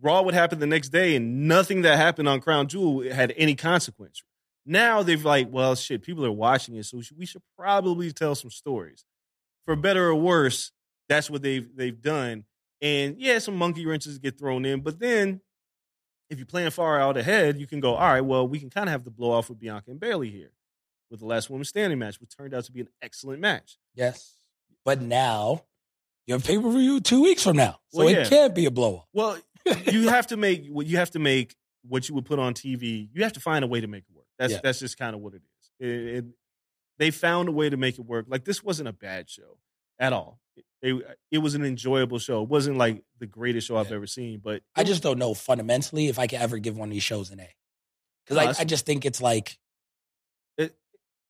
C: Raw would happen the next day, and nothing that happened on Crown Jewel had any consequence. Now they've like, well, shit, people are watching it, so we should- we should probably tell some stories, for better or worse. That's what they've they've done, and yeah, some monkey wrenches get thrown in, but then if you plan far out ahead, you can go, all right, well, we can kind of have the blow off with Bianca and Bailey here with the last woman standing match, which turned out to be an excellent match.
B: Yes. But now you have pay per view two weeks from now. So
C: Well,
B: it
C: yeah.
B: can't be a blow up.
C: Well, you have to make what you have to make what you would put on TV. You have to find a way to make it work. That's
B: Yeah.
C: that's just kind of what it is. It, it, they found a way to make it work. Like this wasn't a bad show at all. It, it was an enjoyable show. It wasn't like the greatest show I've
B: Yeah.
C: ever seen, but
B: I just don't know fundamentally if I could ever give one of these shows an A.
C: No,
B: Because
C: it's-
B: I, I just think it's like,
C: it's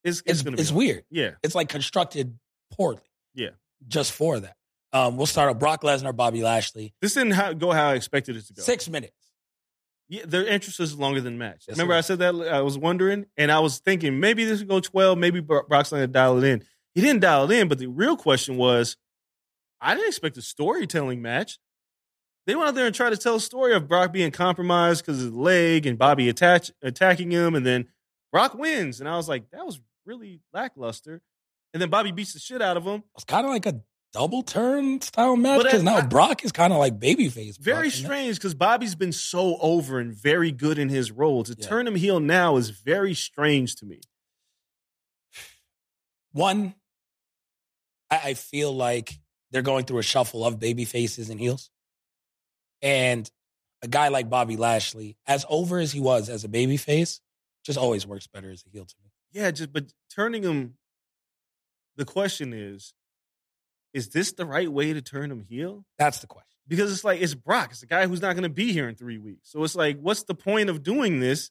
C: it's,
B: it's,
C: gonna
B: it's,
C: be
B: weird.
C: yeah.
B: It's like constructed poorly.
C: Yeah.
B: Just for that. Um, we'll start off Brock Lesnar, Bobby Lashley.
C: This didn't how, go how I expected it to go.
B: Six minutes.
C: Yeah, their interest is longer than match.
B: Yes,
C: Remember,
B: it
C: I
B: is.
C: said that I was wondering, and I was thinking maybe this would go twelve. Maybe Bro- Brock's going to dial it in. He didn't dial it in, but the real question was, I didn't expect a storytelling match. They went out there and tried to tell a story of Brock being compromised because of his leg and Bobby attach, attacking him, and then Brock wins. And I was like, that was really lackluster. And then Bobby beats the shit out of him.
B: It's kind of like a double turn style match
C: But I-
B: because now
C: I-
B: Brock is kind of like babyface. Brock,
C: Very
B: isn't it?
C: strange because Bobby's been so over and very good in his role. To
B: Yeah.
C: turn him heel now is very strange to me.
B: One, I, I feel like they're going through a shuffle of baby faces and heels. And a guy like Bobby Lashley, as over as he was as a baby face, just always works better as a heel to me.
C: Yeah, just but turning him. The question is, is this the right way to turn him heel?
B: That's the question.
C: Because it's like it's Brock. It's a guy who's not going to be here in three weeks. So it's like, what's the point of doing this?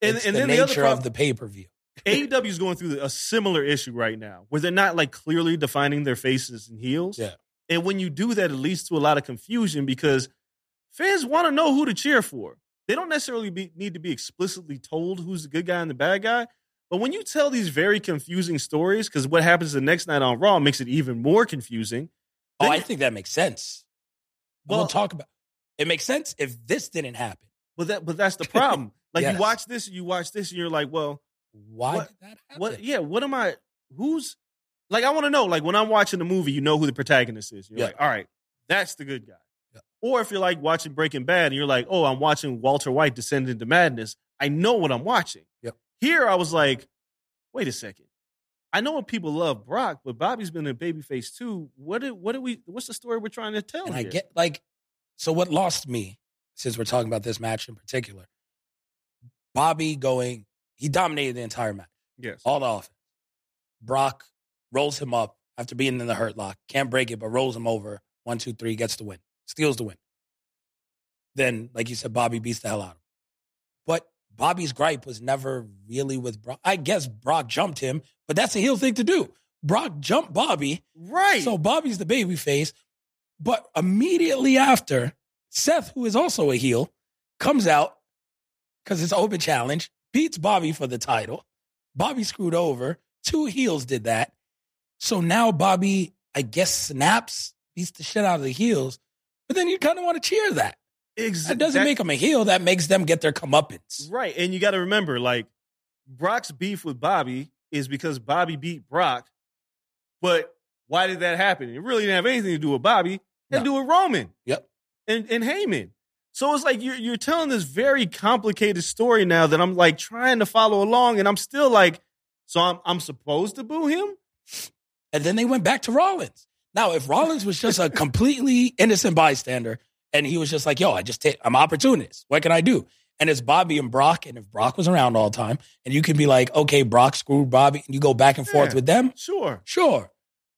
C: And,
B: it's
C: and
B: the
C: then the
B: nature
C: other
B: of
C: problem,
B: the pay per view.
C: AEW is going through a similar issue right now, where they're not like clearly defining their faces and heels.
B: Yeah.
C: And when you do that, it leads to a lot of confusion because fans want to know who to cheer for. They don't necessarily be, need to be explicitly told who's the good guy and the bad guy. But when you tell these very confusing stories, because what happens the next night on Raw makes it even more confusing.
B: Oh,
C: Then-
B: I think that makes sense. We'll,
C: Well-
B: talk about. It makes sense if this didn't happen.
C: But that, but that's the problem. Like
B: Yes.
C: you watch this, you watch this, and you're like, well,
B: Why
C: What-
B: did that happen?
C: what? Yeah, what am I? Who's? Like I want to know. Like when I'm watching a movie, you know who the protagonist is. You're
B: Yeah.
C: like, all right, that's the good guy.
B: Yeah.
C: Or if you're like watching Breaking Bad and you're like, oh, I'm watching Walter White descend into madness. I know what I'm watching.
B: Yep.
C: Here, I was like, wait a second. I know what people love Brock, but Bobby's been a babyface too. What? Did, what do we? What's the story we're trying to tell?
B: And I
C: here?
B: get like, so what lost me, since we're talking about this match in particular, Bobby going, he dominated the entire match,
C: yes.
B: all the offense. Brock rolls him up after being in the hurt lock, can't break it, but rolls him over. One, two, three, gets the win, steals the win. Then, like you said, Bobby beats the hell out of him. But Bobby's gripe was never really with Brock. I guess Brock jumped him, but that's a heel thing to do. Brock jumped Bobby.
C: Right.
B: So Bobby's the baby face. But immediately after, Seth, who is also a heel, comes out because it's open challenge, beats Bobby for the title. Bobby screwed over. Two heels did that. So now Bobby, I guess, snaps, beats the shit out of the heels. But then you kind of want to cheer that.
C: Ex-
B: That doesn't
C: that-
B: make them a heel. That makes them get their comeuppance.
C: Right. And you got to remember, like, Brock's beef with Bobby is because Bobby beat Brock. But why did that happen? It really didn't have anything to do with Bobby. It had to do with Roman.
B: Yep.
C: And, and Heyman. So it's like you're, you're telling this very complicated story now that I'm like trying to follow along. And I'm still like, so I'm, I'm supposed to boo him?
B: And then they went back to Rollins. Now, if Rollins was just a completely innocent bystander and he was just like, yo, I just take, I'm an opportunist. What can I do? And it's Bobby and Brock. And if Brock was around all the time and you can be like, okay, Brock screwed Bobby and you go back and forth
C: Yeah.
B: with them,
C: Sure.
B: sure.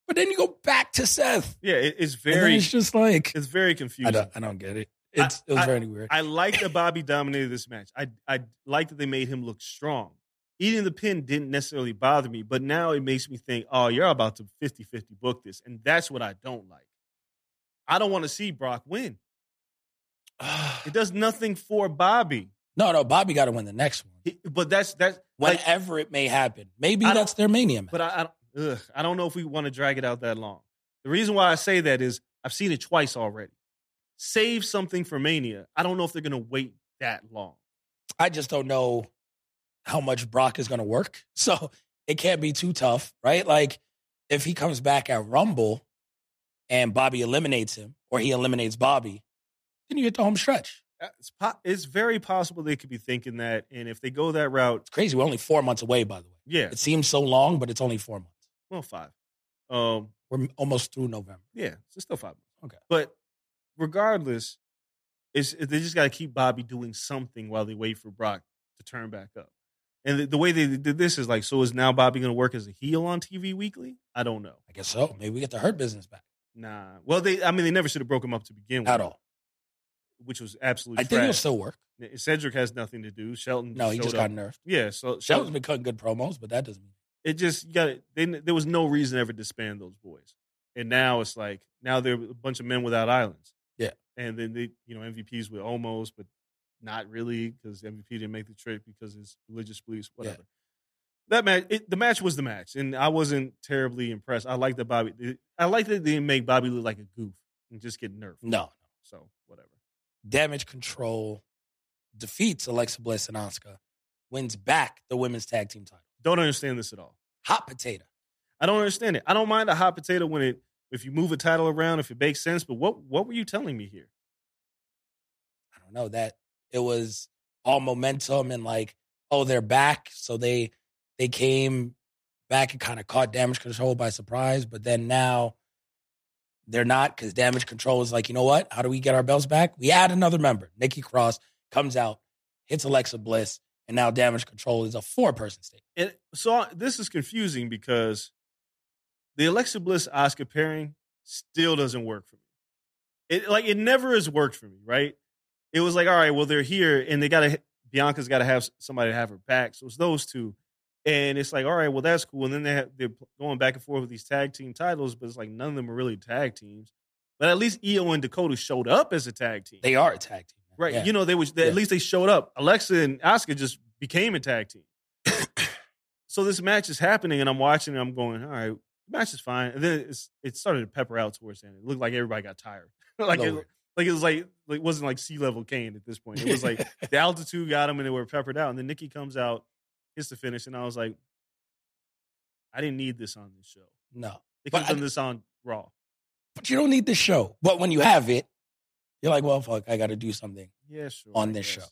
B: But then you go back to Seth.
C: Yeah. It, it's
B: and then
C: very,
B: it's just like,
C: it's very
B: I
C: confusing.
B: don't, I don't get it. It's, it was
C: I-
B: very weird.
C: I like that Bobby dominated this match. I I like that they made him look strong. Eating the pin didn't necessarily bother me, but now it makes me think, oh, you're about to 50 50 book this. And that's what I don't like. I don't want to see Brock win. It does nothing for Bobby.
B: no, no, Bobby got to win the next one.
C: He- But that's, that's, like,
B: Whenever it may happen. Maybe
C: I don't-
B: that's their mania match.
C: but I, I, don't- ugh, I don't know if we want to drag it out that long. The reason why I say that is I've seen it twice already. Save something for Mania. I don't know if they're going to wait that long.
B: I just don't know how much Brock is going to work. So it can't be too tough, right? Like if he comes back at Rumble and Bobby eliminates him or he eliminates Bobby, then you get the home stretch.
C: It's, po- it's very possible they could be thinking that, and if they go that route,
B: It's crazy. We're only four months away, by the way.
C: yeah,
B: It seems so long, but it's only four months.
C: well, five. Um,
B: We're almost through November.
C: yeah, it's still five.
B: Okay.
C: but regardless, it's they just got to keep Bobby doing something while they wait for Brock to turn back up. And the, the way they did this is like, so is now Bobby going to work as a heel on TV weekly? I don't know.
B: I guess so. Maybe we get the Hurt business back
C: Nah. Well, they, I mean, they never should have broke him up to begin with,
B: at all.
C: which was absolutely
B: I think it'll
C: trash.
B: still work.
C: Cedric has nothing to do. Shelton,
B: No, he
C: showed
B: just
C: up.
B: got nerfed.
C: yeah. So
B: Shelton's been cutting good promos, but that doesn't mean.
C: it just you got they there was no reason to ever disband those boys and now it's like now they're a bunch of men without islands
B: Yeah.
C: and then they you know mvps with almost but not really because mvp didn't make the trip because his religious beliefs whatever that match it, the match was the match and i wasn't terribly impressed i like that bobby i like that they didn't make bobby look like a goof and just get nerfed
B: No.
C: so whatever
B: damage control, defeats Alexa Bliss and Asuka, wins back the women's tag team title.
C: don't understand this at all
B: Hot potato.
C: i don't understand it i don't mind a hot potato when it if you move a title around if it makes sense but what what were you telling me here
B: I don't know that it was all momentum and like, oh, they're back. So they they came back and kind of caught damage control by surprise, but then now they're not because damage control is like, you know what? How do we get our belts back? We add another member. Nikki Cross comes out, hits Alexa Bliss, and now damage control is a four person state.
C: And so I- this is confusing because the Alexa Bliss Oscar pairing still doesn't work for me. It like it never has worked for me, right? It was like, all right, well they're here and they got to Bianca's got to have s- somebody to have her back. So it's those two. And it's like, all right, well that's cool. And then they have, they're pl- going back and forth with these tag team titles, but it's like none of them are really tag teams. But at least EO and Dakota showed up as a tag team.
B: They are a tag team.
C: Right.
B: Yeah.
C: You know, they was they,
B: Yeah.
C: at least they showed up. Alexa and Oscar just became a tag team. so this match is happening, and I'm watching, and I'm going, all right, the match is fine. And then it's, it started to pepper out towards the end. It looked like everybody got tired. like it,
B: Lower.
C: like it was like, like it wasn't like sea level Kane at this point. It was like the altitude got them, and they were peppered out. And then Nikki comes out, hits the finish, and I was like, I didn't need this on this show.
B: no.
C: They
B: But
C: could have
B: I-
C: done this on Raw.
B: but you don't need this show. But when you have it, you're like, well, fuck, I got to do something
C: Yeah, sure.
B: on
C: I
B: this
C: guess.
B: show.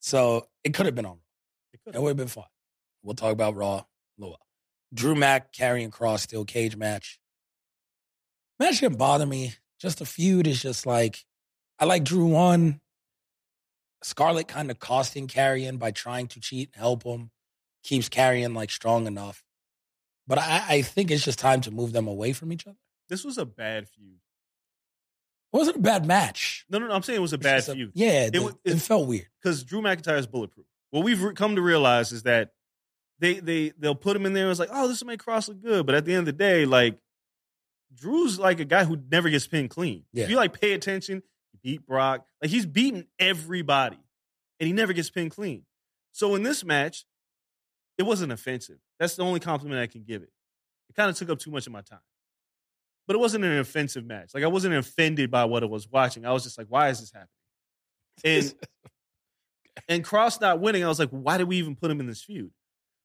B: So it could have been on.
C: They could
B: It
C: have.
B: would have been fun. We'll talk about Raw. Loa. Drew Mack, carrying Cross, steel cage match. Match didn't bother me. Just the feud is just like, I like Drew one. Scarlett kind of costing Carrion by trying to cheat and help him. Keeps Carrion like strong enough. But I, I think it's just time to move them away from each other.
C: This was a bad feud.
B: It wasn't a bad match.
C: No, no, no. I'm saying it was a
B: It's
C: bad
B: just a-
C: feud.
B: Yeah, it,
C: wa-
B: it,
C: it-
B: felt weird.
C: because Drew McIntyre is bulletproof. what we've re- come to realize is that they they they'll put him in there. It's like, oh, this will make Cross look good, but at the end of the day, like Drew's like a guy who never gets pinned clean.
B: Yeah.
C: If you like pay attention, he beat Brock. Like he's beaten everybody, and he never gets pinned clean. So in this match, it wasn't offensive. That's the only compliment I can give it. It kind of took up too much of my time. But it wasn't an offensive match. Like I wasn't offended by what I was watching. I was just like, why is this happening? And and Cross not winning, I was like, why did we even put him in this feud?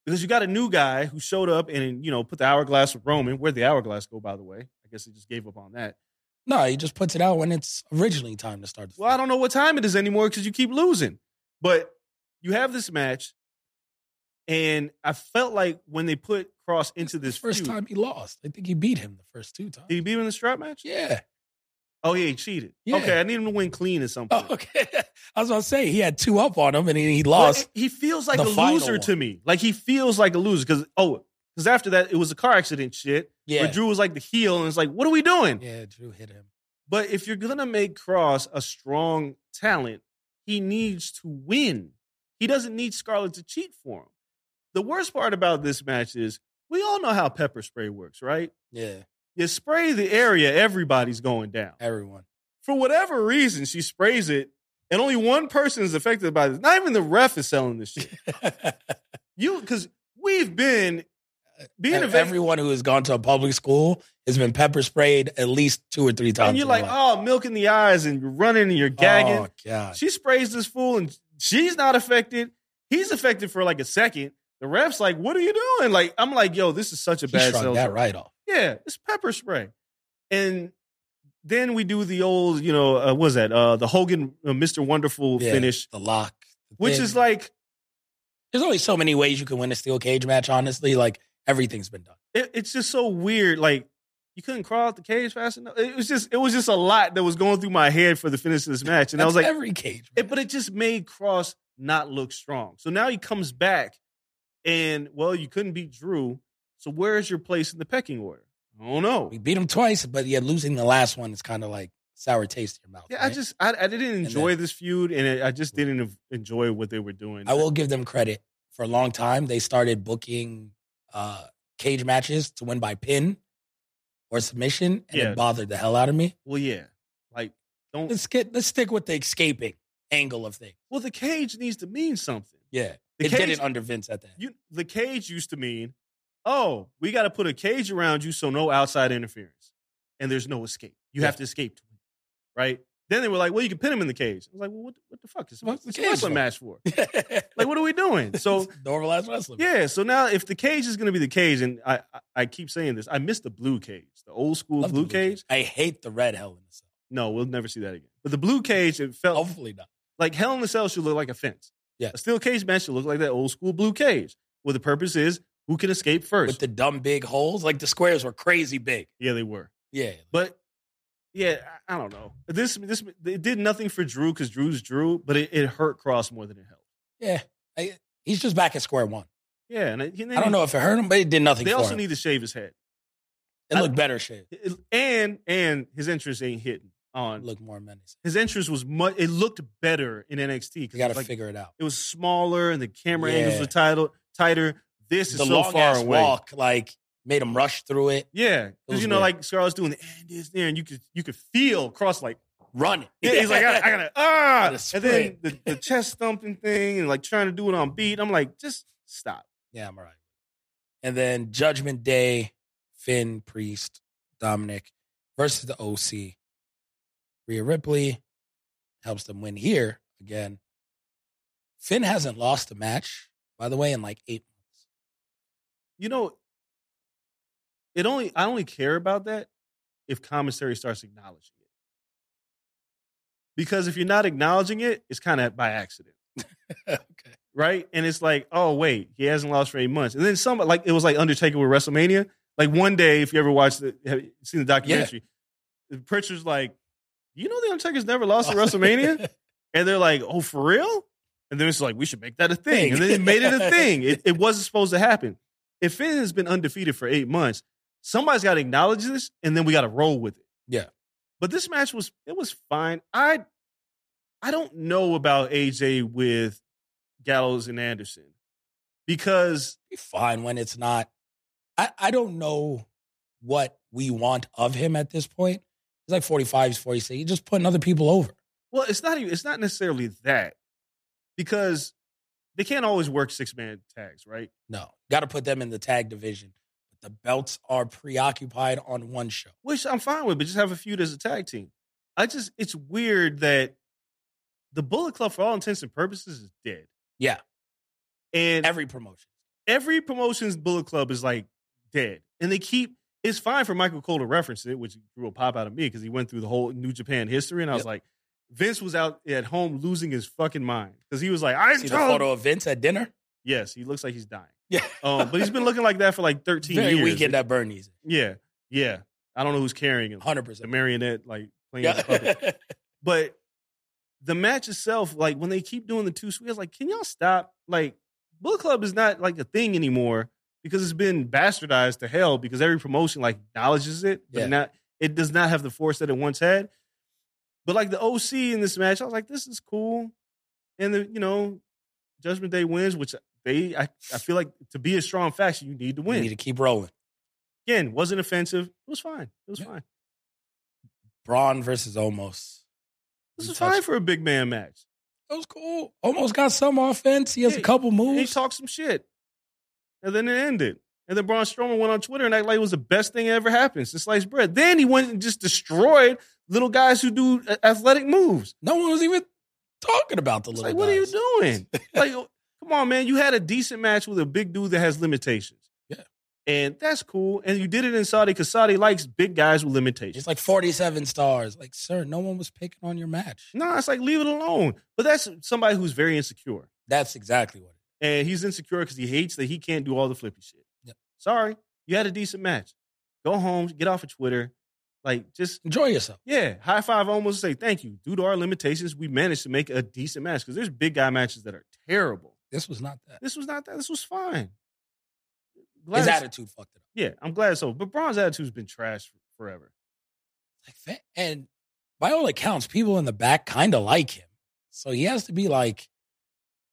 C: Because you got a new guy who showed up and you know put the hourglass with Roman. Where'd the hourglass go, by the way? I guess he just gave up on that.
B: No, he just puts it out when it's originally time to start. The
C: Well, I don't know what time it is anymore because you keep losing. But you have this match, and I felt like when they put Cross into this
B: first
C: feud,
B: time he lost. I think he beat him the first two times.
C: did he beat him in the strap match?
B: yeah.
C: Oh yeah, he cheated.
B: Yeah.
C: Okay, I need him to win clean at some point.
B: Oh, okay. I was about to say he had two up on him and he, he
C: Well,
B: lost.
C: it- he feels like
B: the
C: a
B: final
C: loser to
B: one.
C: me. Like he feels like a loser because oh, because after that it was a car accident shit.
B: Yeah.
C: Where Drew was like the heel, and it's like, what are we doing?
B: yeah, Drew hit him.
C: But if you're gonna make Cross a strong talent, he needs to win. He doesn't need Scarlett to cheat for him. The worst part about this match is we all know how pepper spray works, right?
B: Yeah,
C: You spray the area, everybody's going down.
B: everyone.
C: For whatever reason, she sprays it, and only one person is affected by this. Not even the ref is selling this shit. You because we've been uh, being a
B: And
C: vet,
B: everyone who has gone to a public school has been pepper sprayed at least two or three times.
C: and you're
B: in their
C: like,
B: life.
C: oh, milking the eyes and you're running and you're gagging.
B: Oh, God.
C: She sprays this fool and she's not affected. He's affected for like a second. The ref's like, what are you doing? Like, I'm like, yo, this is such a
B: He
C: bad
B: shrugged
C: sales.
B: that right off.
C: Yeah, it's pepper spray. And then we do the old, you know, uh, what was that? Uh, the Hogan uh, Mr. Wonderful
B: Yeah,
C: finish,
B: The lock. the
C: which
B: thing.
C: is like,
B: there's only so many ways you can win a steel cage match, honestly. Like, everything's been done.
C: it, it's just so weird. Like you couldn't crawl out the cage fast enough. It was just it was just a lot that was going through my head for the finish of this match, and I was
B: That's
C: like,
B: every cage.
C: it, but it just made Cross not look strong. So now he comes back, and well, you couldn't beat Drew. So where is your place in the pecking order? I don't know.
B: we beat him twice, but yeah, losing the last one is kind of like sour taste in your mouth.
C: Yeah, I
B: right?
C: just I, I didn't enjoy this feud, and it, I just didn't en- enjoy what they were doing.
B: I will give them credit. For a long time, they started booking uh, cage matches to win by pin or submission, and
C: Yeah.
B: it bothered the hell out of me.
C: Well, yeah, like don't.
B: Let's get let's stick with the escaping angle of things.
C: Well, the cage needs to mean something.
B: Yeah,
C: The
B: it
C: cage-
B: didn't under Vince at that.
C: you the cage used to mean, oh, we got to put a cage around you so no outside interference, and there's no escape. You have to escape to it, right? Then they were like, well, you can pin him in the cage. I was like, well, what, what the fuck is this?
B: What's the
C: What's a
B: cage
C: wrestling
B: for?
C: match for? Like, what are we doing? So
B: normalized wrestling.
C: yeah, so now if the cage is going to be the cage, and I, I I keep saying this, I miss the blue cage, the old school
B: Love the
C: blue cage.
B: I hate the red hell in the cell.
C: No, we'll never see that again. But the blue cage, it felt
B: Hopefully not.
C: like Hell in a Cell should look like a fence.
B: Yeah.
C: a steel cage match should look like that old school blue cage. Well, the purpose is who can escape first.
B: With the dumb big holes, like the squares were crazy big.
C: yeah, they were.
B: Yeah,
C: But yeah, I, I don't know. This this it did nothing for Drew because Drew's Drew, but it, it hurt Cross more than it helped.
B: yeah. I, he's just back at square one.
C: Yeah, and, it- and
B: I don't know if it hurt him, but it did nothing.
C: They
B: for
C: also
B: him.
C: need to shave his head,
B: it looked better shape.
C: It- and and his interest ain't hitting on.
B: Look more menacing.
C: His interest was much. It looked better in NXT
B: You
C: because
B: got to
C: like,
B: figure it out.
C: it was smaller and the camera
B: Yeah.
C: angles were tighter. Tighter. This is
B: the
C: so
B: long
C: far
B: ass
C: away.
B: walk like made him rush through it,
C: Yeah,
B: was
C: because you know,
B: weird.
C: like Scarlett's doing the end is there, and you could you could feel Cross like
B: run.
C: Yeah, he's like, I, I gotta ah,
B: Gotta
C: and then the, the chest thumping thing, and like trying to do it on beat. I'm like, just stop.
B: yeah, I'm all right. And then Judgment Day, Finn Priest, Dominic versus the OC. Rhea Ripley helps them win here again. Finn hasn't lost a match, by the way, in like eight months.
C: You know, it only I only care about that if commentary starts acknowledging it. Because if you're not acknowledging it, it's kind of by accident,
B: okay.
C: right? And it's like, oh wait, he hasn't lost for eight months. And then some like it was like Undertaker with WrestleMania. Like one day, if you ever watched the have you seen the documentary, Pritchard's like, you know, the Undertaker's never lost
B: Oh,
C: at WrestleMania. And they're like, oh, for real? And then it's like, we should make that a thing. And then it made it a thing. It, it wasn't supposed to happen. If Finn has been undefeated for eight months, somebody's got to acknowledge this, and then we got to roll with it.
B: Yeah.
C: But this match was it was fine. I I don't know about AJ with Gallows and Anderson because
B: be fine when it's not. I, I don't know what we want of him at this point. He's like 45, he's 46. He's just putting other people over.
C: well, it's not even it's not necessarily that because they can't always work six man tags, right?
B: No, got to put them in the tag division. But the belts are preoccupied on one show.
C: which I'm fine with, but just have a feud as a tag team. I just it's weird that the Bullet Club, for all intents and purposes, is dead.
B: Yeah.
C: and every,
B: Every promotion.
C: every promotion's Bullet Club is like dead, and they keep. It's fine for Michael Cole to reference it, which drew a pop out of me because he went through the whole New Japan history, and I was
B: Yep.
C: like, Vince was out at home losing his fucking mind because he was like, I
B: See the
C: told.
B: photo of Vince at dinner?
C: Yes, he looks like he's dying,
B: Yeah.
C: um, but he's been looking like that for like 13
B: Very
C: years.
B: weekend at Bernie's.
C: yeah, yeah. I don't know who's carrying him. The
B: 100%.
C: marionette, like playing the puppet.
B: Yeah.
C: But the match itself, like when they keep doing the two sweet, I was like, can y'all stop? Like, Bullet Club is not like a thing anymore because it's been bastardized to hell because every promotion like acknowledges it, but
B: Yeah.
C: not it does not have the force that it once had. But like the OC in this match, I was like, this is cool. And the you know, Judgment Day wins, which they I, I feel like to be a strong faction, you need to
B: we
C: win.
B: need to keep rolling.
C: Again, wasn't offensive. It was fine. It was
B: Yeah.
C: fine.
B: Braun versus Omos.
C: This
B: You
C: is fine
B: touched-
C: for a big man match.
B: That was cool. Almost got some offense. He has a
C: Yeah,
B: couple
C: And he
B: moves.
C: talked some shit. And then it ended. And then Braun Strowman went on Twitter and acted like it was the best thing that ever happened since sliced bread. Then he went and just destroyed little guys who do a- athletic moves.
B: no one was even talking about the
C: It's
B: little
C: like, what are you
B: guys.
C: doing? like, oh, come on, man. You had a decent match with a big dude that has limitations.
B: Yeah.
C: And that's cool. And you did it in Saudi because Saudi likes big guys with limitations.
B: It's like 47 stars. Like, sir, no one was picking on your match.
C: no, it's like, leave it alone. But that's somebody who's very insecure.
B: That's exactly what it
C: and he's insecure because he hates that he can't do all the flippy shit.
B: Yep.
C: Sorry, you had a decent match. Go home, get off of Twitter, like just
B: is. Enjoy yourself.
C: yeah, high five almost say thank you. Due to our limitations, we managed to make a decent match because there's big guy matches that are terrible.
B: This was not that.
C: This was not that. This was fine.
B: His
C: it's-
B: attitude fucked it
C: yeah, I'm glad so. But Braun's attitude's been trash forever.
B: up. Like, fa- and by all accounts, people in the back kind of like him. So he has to be like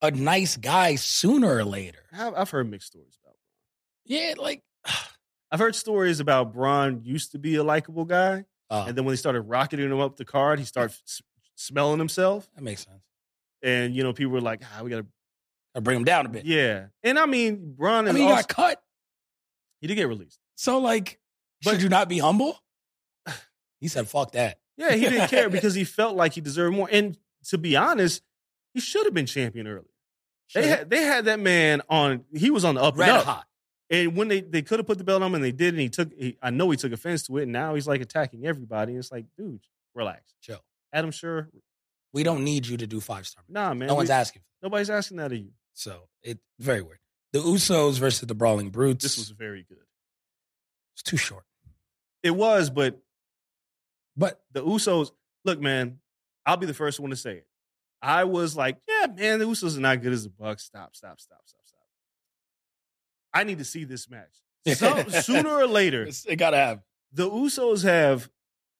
B: a nice guy sooner or later.
C: I've, I've heard mixed stories about. Braun.
B: Yeah, like,
C: I've heard stories about Braun used to be a likable guy,
B: uh,
C: and then when they started rocketing him up the card, he started s- smelling himself.
B: that makes sense.
C: and you know people were like, ah, we gotta,
B: I bring him down a bit.
C: yeah. And I mean, Braun
B: I
C: is
B: mean, he
C: also,
B: got cut.
C: he did get released.
B: So, like,
C: But-
B: should you not be humble? He said, fuck that.
C: Yeah, he didn't care because he felt like he deserved more. And to be honest, he should have been champion earlier. They
B: Sure.
C: had they had that man on. He was on the up and
B: Red
C: up.
B: hot.
C: And when they they could have put the belt on him, and they did, and he took. He, I know he took offense to it, and now he's like attacking everybody. And it's like, dude, relax,
B: Chill.
C: Adam. Sure,
B: We don't need you to do five star.
C: nah, man.
B: no one's
C: we-
B: asking.
C: nobody's asking that of you.
B: So it very weird. The Usos versus the Brawling Brutes.
C: This was very good.
B: it's too short.
C: It was, but
B: But
C: the Usos, look, man, I'll be the first one to say it. I was like, yeah, man, the Usos are not good as the Bucks. Stop, stop, stop, stop, stop. I need to see this match. Some, sooner or later,
B: it gotta have.
C: the Usos have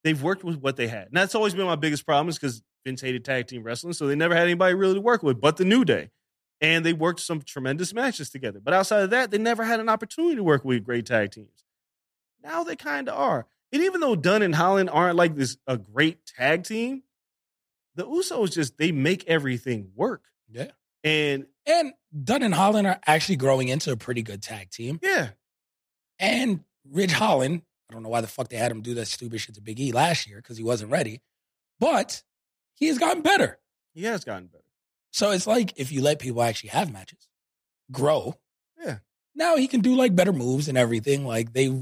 C: they've worked with what they had. And that's always been my biggest problem is because Vince hated tag team wrestling, so they never had anybody really to work with but the New Day. And they worked some tremendous matches together. But outside of that, they never had an opportunity to work with great tag teams. Now they kind of are. And even though Dunn and Holland aren't like this a great tag team, the Usos just they make everything work.
B: Yeah.
C: And
B: And Dunn and Holland are actually growing into a pretty good tag team.
C: yeah,
B: And Ridge Holland, I don't know why the fuck they had him do that stupid shit to Big E last year because he wasn't ready. But he has gotten better.
C: he has gotten better.
B: So it's like if you let people actually have matches, grow.
C: Yeah.
B: Now he can do like better moves and everything. Like they, I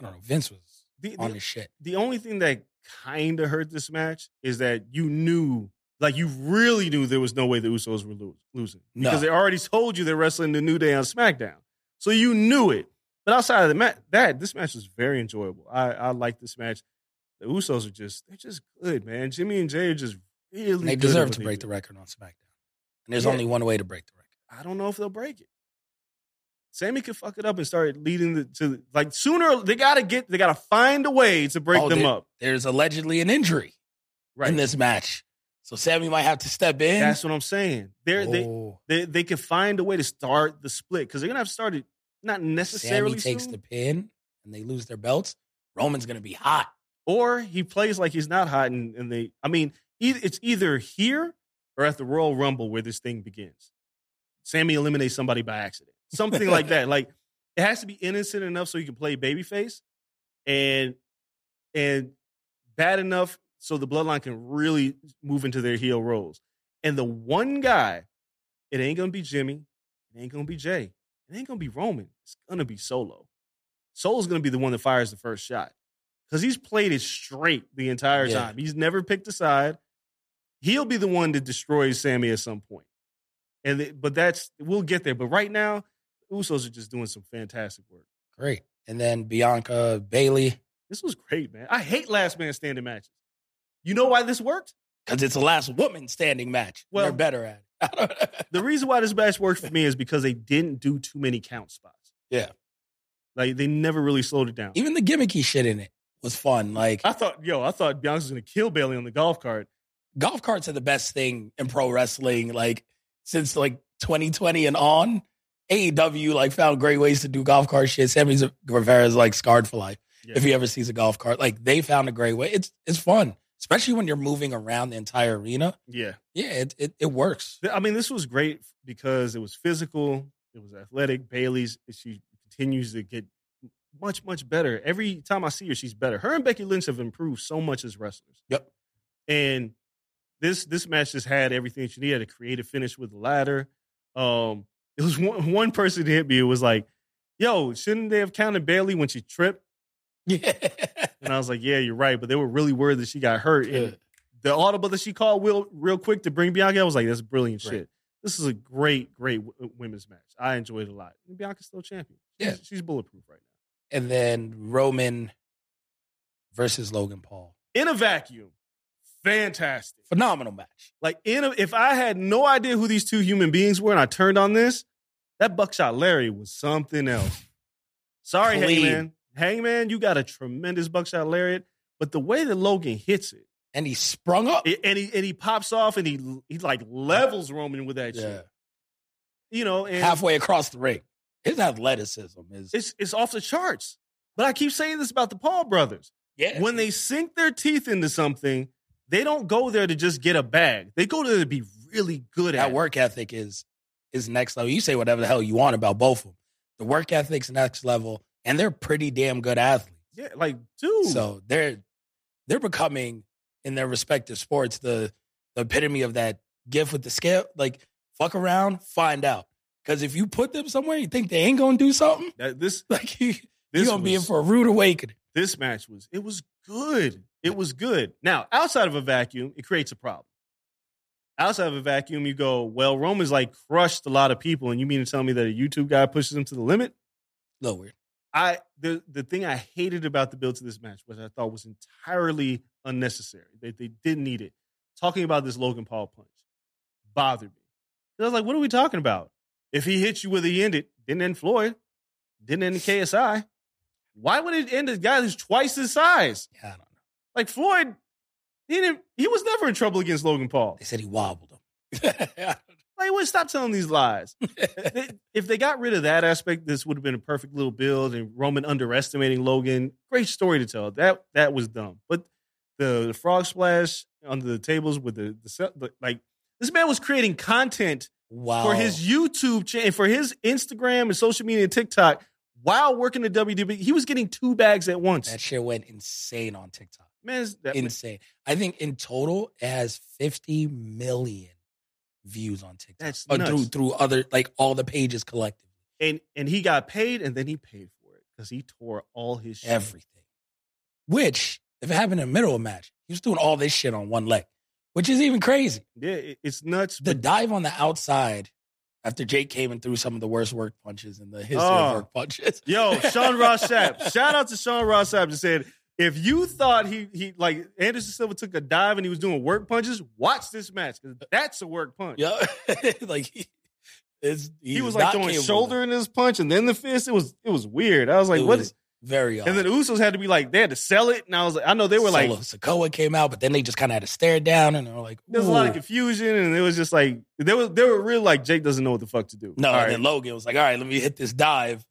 B: don't know. Vince was
C: The- the-
B: on his shit.
C: the only thing that kind of hurt this match is that you knew, like, you really knew there was no way the Usos were lo- losing
B: No.
C: because they already told you they're wrestling the New Day on SmackDown, so you knew it. But outside of the mat, that this match was very enjoyable. I I like this match. The Usos are just they're just good, man. Jimmy and Jay are just really.
B: And they
C: good at
B: deserve
C: what
B: to
C: they
B: break
C: do.
B: the record on SmackDown. And there's
C: Yeah.
B: only one way to break the record.
C: I don't know if they'll break it. Sammy could fuck it up and start leading the, to like sooner. or- They gotta get. They gotta find a way to break
B: Oh,
C: them
B: they-
C: up.
B: There's allegedly an injury
C: Right.
B: in this match. So Sammy might have to step in.
C: That's what I'm saying. They're, they
B: Oh,
C: they they can find a way to start the split because they're gonna have to start it not necessarily
B: Sammy takes
C: soon,
B: the pin and they lose their belts. Roman's gonna be hot.
C: or he plays like he's not hot and, and they. I mean, e- it's either here or at the Royal Rumble where this thing begins. Sammy eliminates somebody by accident, something like that. Like it has to be innocent enough so you can play babyface, and and bad enough so the bloodline can really move into their heel roles. And the one guy, it ain't gonna be Jimmy, it ain't gonna be Jay, it ain't gonna be Roman. It's gonna be Solo. Solo's gonna be the one that fires the first shot because he's played it straight the entire
B: Yeah.
C: time. He's never picked a side. He'll be the one that destroys Sammy at some point. And it- but that's we'll get there. But right now, Usos are just doing some fantastic work.
B: Great. And then Bianca Bailey,
C: This was great, man. I hate last man standing matches. You know why this worked?
B: because it's the last woman standing match.
C: Well-
B: They're better at it.
C: the reason why this match worked for me is because they didn't do too many count spots.
B: Yeah.
C: Like they never really slowed it down.
B: Even the gimmicky shit in it was fun. Like
C: I thought, yo, I thought Bianca's gonna kill Bailey on the golf cart.
B: golf carts are the best thing in pro wrestling. Like since like 2020 and on, AEW like found great ways to do golf cart shit. Sammy Z- Rivera's like scarred for life.
C: Yeah.
B: If he ever sees a golf cart, like they found a great way. It's it's fun, especially when you're moving around the entire arena.
C: yeah.
B: Yeah, it it, it works.
C: I mean, this was great because it was physical, it was athletic. Bailey's eh, she continues to get much, much better. Every time I see her, she's better. Her and Becky Lynch have improved so much as wrestlers.
B: Yep.
C: And this this match just had everything she needed. Had a creative finish with the ladder. Um, it was one one person that hit me. It was like, yo, shouldn't they have counted Bailey when she tripped?
B: Yeah.
C: And I was like, yeah, you're right. But they were really worried that she got hurt. And the audible that she called real, real quick to bring Bianca, I was like, that's brilliant
B: Right.
C: shit. This is a great, great w- women's match. I enjoyed it a lot. And Bianca's still champion. She's, she's bulletproof right now.
B: and then Roman versus Logan Paul.
C: In a vacuum, fantastic.
B: Phenomenal match.
C: Like, in a, if I had no idea who these two human beings were and I turned on this, that Buckshot Larry was something else. Sorry,
B: Clean.
C: Hangman. Hangman, you got a tremendous Buckshot Lariat, but the way that Logan hits it,
B: And he sprung up.
C: it- and he and he pops off and he he like levels Roman with that
B: yeah.
C: shit. You know, and
B: Halfway across the ring. His athleticism is
C: it's it's off the charts. But I keep saying this about the Paul brothers.
B: yeah.
C: When they sink their teeth into something, they don't go there to just get a bag. They go there to be really good at
B: that
C: it.
B: work ethic is is next level. You say whatever the hell you want about both of them. The work ethic's next level, and they're pretty damn good athletes.
C: Yeah, like dude.
B: So they're they're becoming in their respective sports the the epitome of that gift with the scale. Like fuck around, find out. Because if you put them somewhere, you think they ain't gonna do something.
C: that- this
B: Like you, you're
C: this
B: gonna be in
C: was-
B: for a rude awakening.
C: this match was it was good. It was good. Now, outside of a vacuum, it creates a problem. Outside of a vacuum, you go, well, Roman's like crushed a lot of people, and you mean to tell me that a YouTube guy pushes him to the limit?
B: little weird.
C: I the the thing I hated about the build to this match was I thought was entirely unnecessary. They they didn't need it. Talking about this Logan Paul punch bothered me. 'Cause I was like, what are we talking about? If he hits you where he ended, didn't end Floyd, didn't end KSI. Why would it end a guy who's twice his size?
B: Yeah, I don't know.
C: Like Floyd, he didn't. He was never in trouble against Logan Paul.
B: They said he wobbled him.
C: Like, what? Stop telling these lies. They- if they got rid of that aspect, this would have been a perfect little build. And Roman underestimating Logan, great story to tell. That that was dumb. But the, the frog splash under the tables with the, the, se- the like, this man was creating content
B: wow.
C: for his YouTube channel, for his Instagram and social media and TikTok while working at WWE. He was getting two bags at once.
B: that shit went insane on TikTok.
C: man, is- that,
B: insane. I think in total it has 50 million views on TikTok.
C: That's
B: Or
C: nuts.
B: through through other like all the pages collectively.
C: and and he got paid, and then he paid for it because he tore all his shit.
B: Everything. Which, if it happened in the middle of a match, he was doing all this shit on one leg, which is even crazy.
C: Yeah, it- it's nuts.
B: The dive on the outside after Jake came and threw some of the worst work punches in the history
C: Oh.
B: of work punches.
C: Yo, Sean Ross Sapp. Shout out to Sean Ross Sapp that said, if you thought he he like Anderson Silva took a dive and he was doing work punches, watch this match because that's a work punch.
B: Yeah. like he, it's,
C: He
B: he's
C: was like
B: not
C: throwing
B: capable.
C: shoulder in his punch and then the fist. It was it was weird. I was like,
B: It
C: what
B: was-
C: is
B: Very odd.
C: And then the Usos had to be like, they had to sell it. And I was like, I know they were like,
B: Solo Sokoa came out, but then they just kind of had to stare down, and they were like,
C: there was a lot of
B: "Ooh."
C: confusion. And it was just like, there was, they were really like, Jake doesn't know what the fuck to do.
B: No,
C: All
B: and
C: right.
B: then Logan was like, all right, let me hit this dive.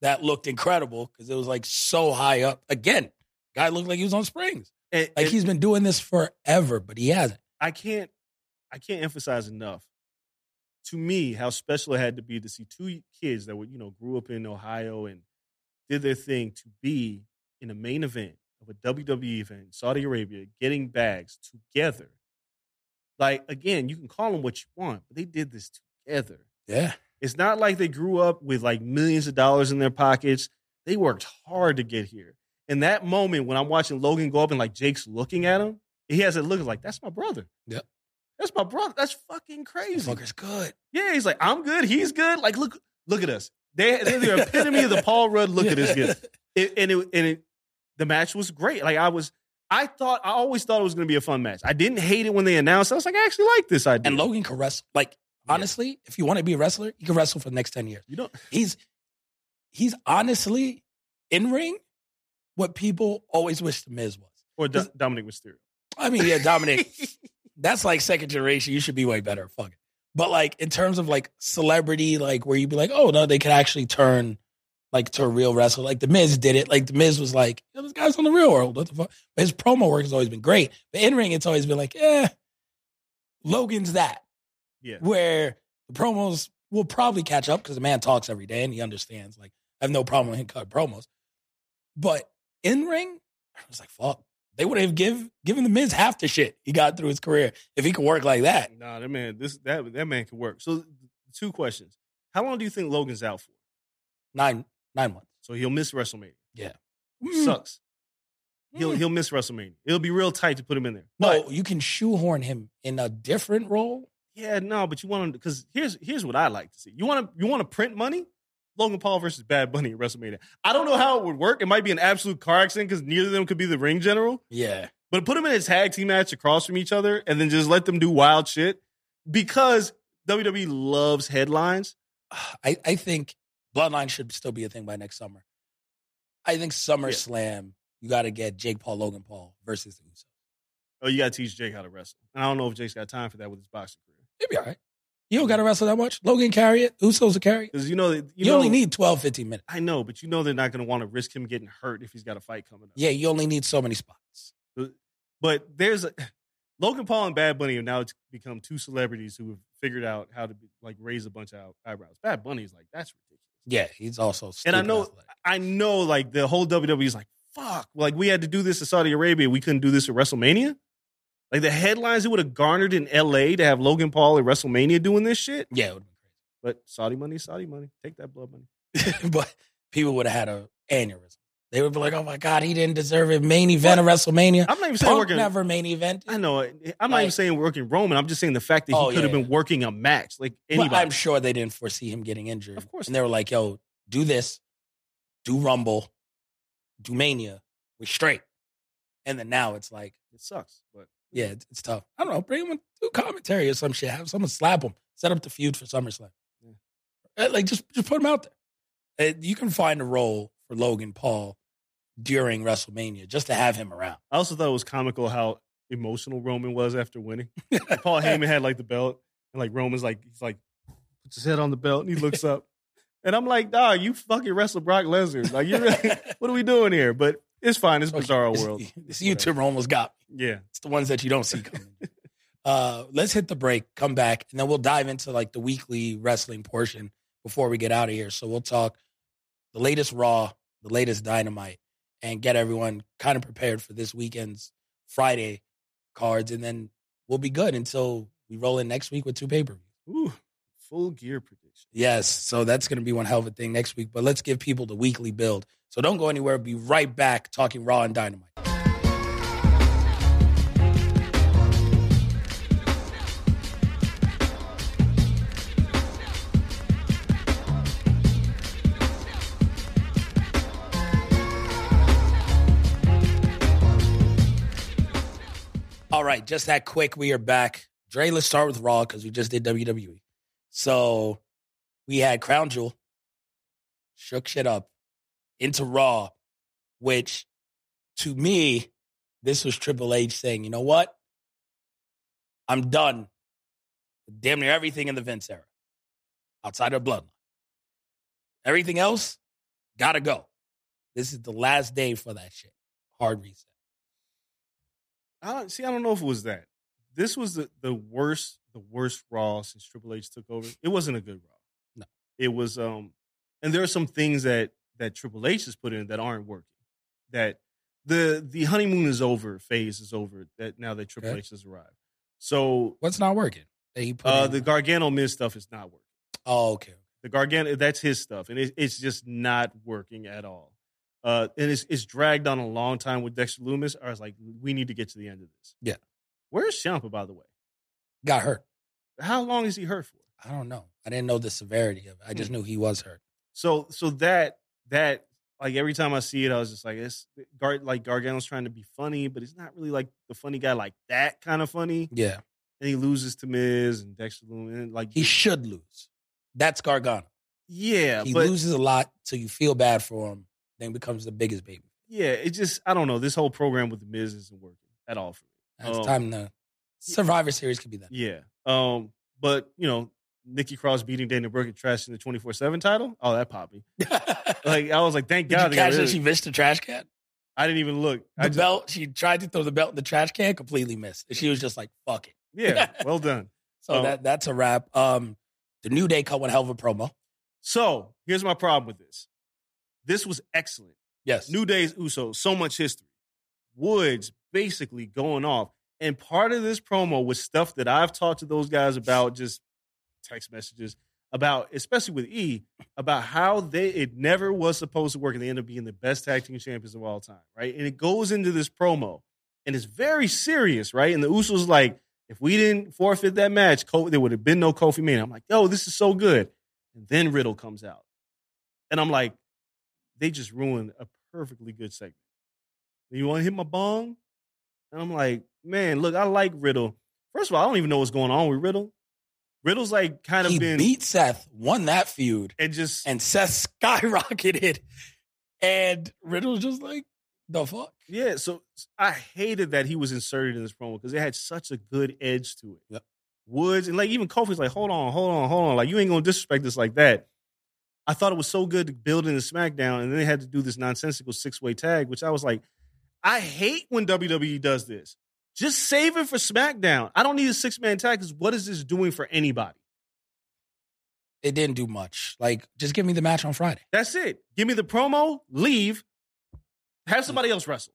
B: That looked incredible because it was like so high up. Again, guy looked like he was on springs.
C: And-
B: Like
C: and-
B: he's been doing this forever, but he hasn't.
C: I can't I can't emphasize enough to me how special it had to be to see two kids that were, you know, grew up in Ohio and did their thing to be in a main event of a WWE event in Saudi Arabia, getting bags together. Like again, you can call them what you want, but they did this together.
B: Yeah.
C: It's not like they grew up with like millions of dollars in their pockets. They worked hard to get here. And that moment when I'm watching Logan go up and like Jake's looking at him, he has it looking like, that's my brother.
B: Yep.
C: That's my brother. That's fucking
B: This
C: crazy.
B: fucker's good.
C: Yeah, he's like, I'm good. He's good. Like, look, look at us. They, they're the epitome of the Paul Rudd look at this kid. It, and it, and it, the match was great. Like, I was, I thought, I always thought it was going to be a fun match. I didn't hate it when they announced. it. I was like, I actually like this idea.
B: And Logan can wrestle. Like,
C: Yeah.
B: honestly, if you want to be a wrestler, you can wrestle for the next 10 years.
C: you don't,
B: He's he's honestly in ring what people always wish the Miz was.
C: or Do- Dominic Mysterio.
B: I mean, yeah, Dominic, that's like second generation. You should be way better. Fuck it. But like in terms of like celebrity, like where you'd be like, oh no, they could actually turn like to a real wrestler. Like the Miz did it. Like the Miz was like, yo, this guy's on the real world. What the fuck? But his promo work has always been great. But in ring, it's always been like, eh, Logan's that
C: Yeah.
B: where the promos will probably catch up because the man talks every day and he understands. Like, I have no problem with him cutting promos. But in ring, I was like, fuck. They would have give given the Miz half the shit he got through his career if he could work like that.
C: Nah, that man, this that that man can work. So, two questions: How long do you think Logan's out for?
B: Nine nine months.
C: So he'll miss WrestleMania.
B: Mm.
C: Sucks. He'll he'll miss WrestleMania. It'll be real tight to put him in there.
B: no,
C: But-
B: you can shoehorn him in a different role.
C: yeah, no, but you want him because here's here's what I like to see. You want to you want to print money. Logan Paul versus Bad Bunny at WrestleMania. I don't know how it would work. It might be an absolute car accident because neither of them could be the ring general.
B: Yeah.
C: But put them in a tag team match across from each other, and then just let them do wild shit because WWE loves headlines.
B: I, I think Bloodline should still be a thing by next summer. I think SummerSlam, you gotta get Jake Paul, Logan Paul versus the Usos.
C: Oh, you got to teach Jake how to wrestle. And I don't know if Jake's got time for that with his boxing career.
B: It'd be all right. You don't got to wrestle that much. Logan carry it. Usos will carry it.
C: Because you know, that-
B: You,
C: you, know,
B: only need 12, 15 minutes.
C: I know, but you know they're not going to want to risk him getting hurt if he's got a fight coming up.
B: Yeah, you only need so many spots.
C: But there's a, Logan Paul and Bad Bunny have now become two celebrities who have figured out how to like raise a bunch of eye- eyebrows. Bad Bunny's like that's
B: Yeah,
C: ridiculous.
B: he's also.
C: And I
B: stupid
C: know-
B: athletic.
C: I know, like the whole WWE's like fuck. Like we had to do this in Saudi Arabia, we couldn't do this at WrestleMania. Like the headlines it would have garnered in LA to have Logan Paul at WrestleMania doing this shit.
B: Yeah, it would
C: But Saudi money, is Saudi money, take that blood money.
B: have been crazy. but people would have had a aneurysm. They would be like, "Oh my god, he didn't deserve it." Main event of WrestleMania.
C: I'm not even saying
B: Punk
C: working.
B: never main event.
C: I know. eh, I'm not even
B: Like-
C: saying working Roman. I'm just saying the fact that he
B: Oh,
C: could
B: yeah,
C: have been working a match, like anybody.
B: But I'm sure they didn't foresee him getting injured.
C: Of course
B: And they were like, "Yo, do this, do Rumble, do Mania. We're straight." And then now it's like.
C: it sucks, but
B: Yeah, it's, it's tough. I don't know. Bring him do commentary or some shit. Have someone slap him. Set up the feud for SummerSlam. Uh, Like just just put him out there. Uh, you can find a role for Logan Paul during WrestleMania just to have him around.
C: I also thought it was comical how emotional Roman was after winning. Paul Heyman had like the belt, and like Roman's like he's like puts his head on the belt, and he looks up, and I'm like, dog, you fucking wrestle Brock Lesnar. Like you, really, what are we doing here? But it's fine. It's bizarro
B: This-
C: world.
B: Oh, This
C: Whatever.
B: YouTuber almost got me.
C: Yeah,
B: It's the ones that you don't see coming. uh, let's hit the break, come back, and then we'll dive into like the weekly wrestling portion before we get out of here. So we'll talk the latest Raw, the latest Dynamite, and get everyone kind of prepared for this weekend's Friday cards, and then we'll be good until we roll in next week with two pay per views.
C: Ooh, full gear prediction.
B: Yes, so that's going to be one hell of a thing next week. But let's give people the weekly build. So don't go anywhere. Be right back talking Raw and Dynamite. All right, just that quick. We are back. Dre, let's start with Raw because we just did WWE. So we had Crown Jewel, shook shit up into Raw. which to me, this was Triple H saying, you know what? I'm done. with Damn near everything in the Vince era, outside of bloodline. Everything else, gotta go. This is the last day for that shit. Hard reset.
C: I don't see. I don't know if it was that. This was the, the worst, the worst Raw since Triple H took over. It wasn't a good Raw.
B: No.
C: it was. Um, and there are some things that that Triple H has put in that aren't working. That the the honeymoon is over phase is over. That now that Triple
B: Okay.
C: H has arrived, so
B: What's not working? That he put
C: uh,
B: in-
C: the Gargano Miz stuff is not working.
B: oh, okay.
C: The Gargano, that's his stuff, and it, it's just not working at all. Uh, and it's it's dragged on a long time with Dexter Loomis. I was like, we need to get to the end of this.
B: Yeah.
C: where's Ciampa, by the way?
B: Got hurt.
C: How long is he hurt for?
B: I don't know. I didn't know the severity of it.
C: Hmm.
B: I just knew he was hurt.
C: So so that that like every time I see it, I was just like, it's Gar, like Gargano's trying to be funny, but he's not really like the funny guy like that kind of funny.
B: Yeah.
C: And he loses to Miz and Dexter Loomis. and, Like
B: He should lose. That's Gargano.
C: yeah,
B: he
C: but
B: loses a lot till you feel bad for him, then becomes the biggest baby.
C: yeah, it just I don't know. This whole program with the Miz isn't working at all for me.
B: And It's
C: Um,
B: time to Survivor Series could be that.
C: Yeah. Um, but you know, Nikki Cross beating Dana Brooke and trashing the twenty four seven title. Oh, that popped me. Like I was like, thank
B: Did
C: God.
B: you
C: they got
B: catch
C: rid
B: that
C: of
B: she
C: it.
B: missed the trash can?
C: I didn't even look.
B: The
C: I just-
B: belt, she tried to throw the belt in the trash can, completely missed. And she was just like, fuck it.
C: yeah. Well done.
B: So
C: Oh.
B: that that's a wrap. Um, the New Day cut one hell of a promo.
C: So here's my problem with this. This was excellent.
B: Yes.
C: New Day's Uso, so much history. Woods basically going off. And part of this promo was stuff that I've talked to those guys about, just text messages about, especially with E, about how they it never was supposed to work and they end up being the best tag team champions of all time, right? And it goes into this promo and it's very serious, right? And the Usos like, if we didn't forfeit that match, Ko- there would have been no Kofi Mania. I'm like, yo, this is so good. And then Riddle comes out. And I'm like, they just ruined a perfectly good segment. You want to hit my bong? And I'm like, man, look, I like Riddle. First of all, I don't even know what's going on with Riddle. Riddle's like kind of
B: he
C: been
B: beat Seth, won that feud,
C: and just
B: and Seth skyrocketed. And Riddle was just like, the fuck?
C: yeah. So I hated that he was inserted in this promo because it had such a good edge to it.
B: Yep.
C: Woods and like even Kofi's like, hold on, hold on, hold on, like you ain't gonna disrespect this like that. I thought it was so good to build in the SmackDown, and then they had to do this nonsensical six way tag, which I was like, I hate when WWE does this. Just save it for SmackDown. I don't need a six man tag because what is this doing for anybody?
B: It didn't do much. Like, just give me the match on Friday.
C: That's it. Give me the promo, leave, have somebody else wrestle,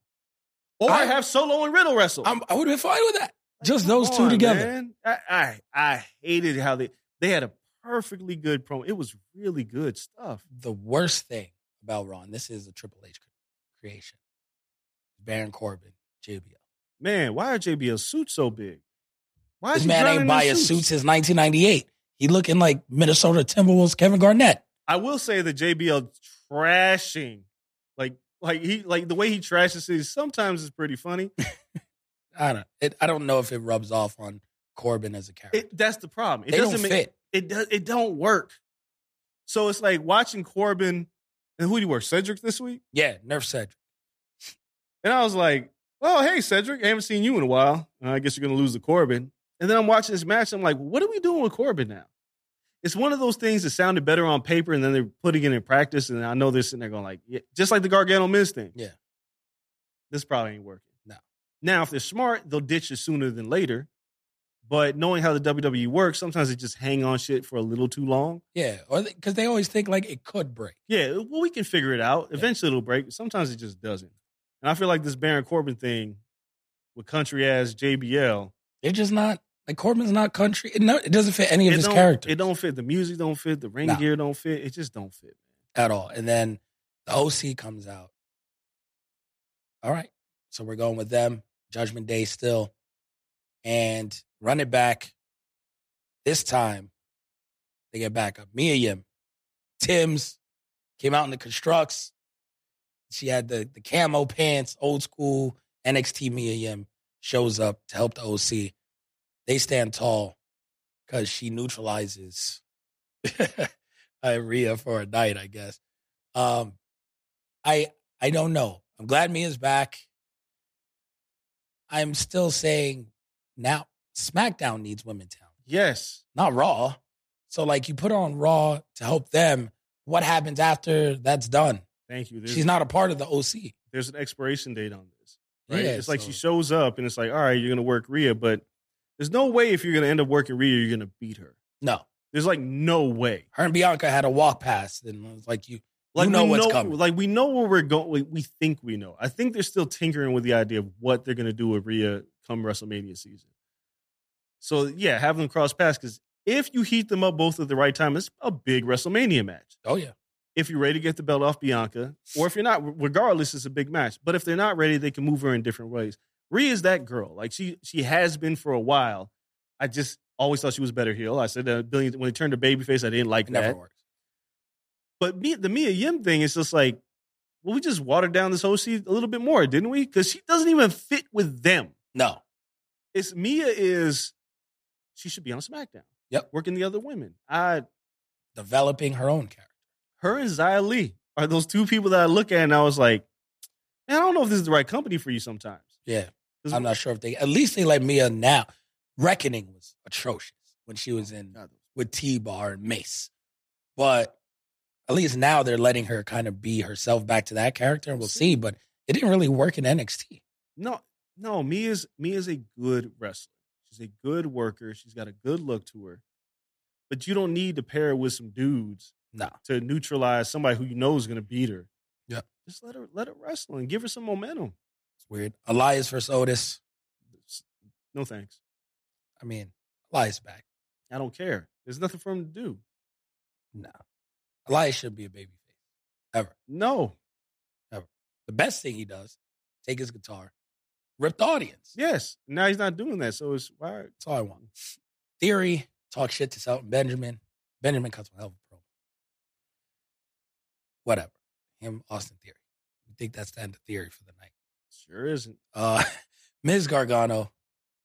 C: or
B: I-
C: have Solo and Riddle wrestle.
B: I'm, I would have been fine with that. Just
C: come
B: those two together.
C: man. I, I I hated how they they had a perfectly good promo. It was really good stuff.
B: The worst thing about Ron, this is a Triple H cre- creation. Baron Corbin, JBL.
C: Man, why are JBL's suits so big? Why
B: This
C: he
B: man
C: drowning
B: ain't
C: in
B: buy a suit since 1998. He looking like Minnesota Timberwolves Kevin Garnett.
C: I will say that JBL trashing, like like he like the way he trashes cities sometimes is pretty funny.
B: I don't. It, I don't know if it rubs off on Corbin as a character.
C: It, that's the problem. It
B: they don't
C: doesn't make
B: fit.
C: it does it don't work. So it's like watching Corbin and who do you work? Cedric this week?
B: Yeah, Nerf Cedric.
C: And I was like, oh, hey, Cedric, I haven't seen you in a while. Uh, I guess you're going to lose to Corbin. And then I'm watching this match. I'm like, what are we doing with Corbin now? It's one of those things that sounded better on paper and then they're putting it in practice. And I know they're sitting there going, like, yeah, just like the Gargano Miz thing.
B: Yeah.
C: This probably ain't working.
B: No.
C: Now, if they're smart, they'll ditch it sooner than later. But knowing how the WWE works, sometimes they just hang on shit for a little too long.
B: Yeah, or because they always think like it could break.
C: Yeah, well, we can figure it out. Eventually, it'll break. Sometimes it just doesn't. And I feel like this Baron Corbin thing with country ass JBL,
B: They're just not like Corbin's not country. It, no, it doesn't fit any of
C: it
B: his
C: don't,
B: characters
C: it don't fit. The music don't fit. The ring
B: Nah.
C: gear don't fit. It just don't fit.
B: at all. And then the OC comes out. All right, so we're going with them. Judgment Day still, and run it back. This time, they get back up. Mia Yim, Tim's came out in the constructs. She had the the camo pants, old school NXT Mia Yim shows up to help the OC. They stand tall because she neutralizes Rhea for a night, I guess. Um, I I don't know. I'm glad Mia's back. I'm still saying now SmackDown needs women talent,
C: Yes.
B: not Raw. So like you put on Raw to help them. What happens after that's done?
C: Thank you. There's,
B: She's not a part of the OC.
C: there's an expiration date on this. Right?
B: Yeah,
C: it's like
B: so-
C: she shows up and it's like, all right, you're gonna work Rhea, but there's no way if you're gonna end up working Rhea, you're gonna beat her.
B: No,
C: There's like no way.
B: her and Bianca had a walk past, and it was like you,
C: Like
B: you know
C: we
B: what's
C: know,
B: coming.
C: Like we know where we're going. We, we think we know. I think they're still tinkering with the idea of what they're gonna do with Rhea come WrestleMania season. So yeah, have them cross paths because if you heat them up both at the right time, it's a big WrestleMania match.
B: oh yeah,
C: if you're ready to get the belt off Bianca, or if you're not, regardless, it's a big match. But if they're not ready, they can move her in different ways. Rhea's that girl. Like she she has been for a while. I just always thought she was better heel. I said that a billion when it turned to babyface, I didn't like
B: it never
C: that.
B: works.
C: But me, the Mia Yim thing is just like, well, we just watered down this whole season a little bit more, didn't we? Because she doesn't even fit with them.
B: No,
C: It's Mia is she should be on SmackDown.
B: Yep.
C: working the other women. I
B: developing her own character.
C: her and Zia Lee are those two people that I look at and I was like, man, I don't know if this is the right company for you sometimes.
B: Yeah,
C: 'Cause-
B: I'm not sure if they. At least they let Mia now. Reckoning was atrocious when she was in
C: God,
B: with T Bar and Mace, but at least now they're letting her kind of be herself back to that character, and we'll see. But it didn't really work in NXT.
C: No, no, Mia's Mia's a good wrestler. She's a good worker. She's got a good look to her. But you don't need to pair her with some dudes
B: No,
C: to neutralize somebody who you know is gonna beat her.
B: Yeah.
C: Just let her let her wrestle and give her some momentum.
B: it's weird. Elias versus Otis.
C: It's- No thanks.
B: I mean, Elias back.
C: I don't care. There's nothing for him to do.
B: No, Elias should be a babyface.
C: No.
B: The best thing he does, take his guitar, rip the audience.
C: Yes. Now he's not doing that. So it's why
B: That's all I want. Theory, talk shit to Shelton Benjamin. Benjamin cuts one hell of a promo. Whatever. Him, Austin Theory. We think that's the end of Theory for the night.
C: sure isn't
B: Uh, Ms. Gargano.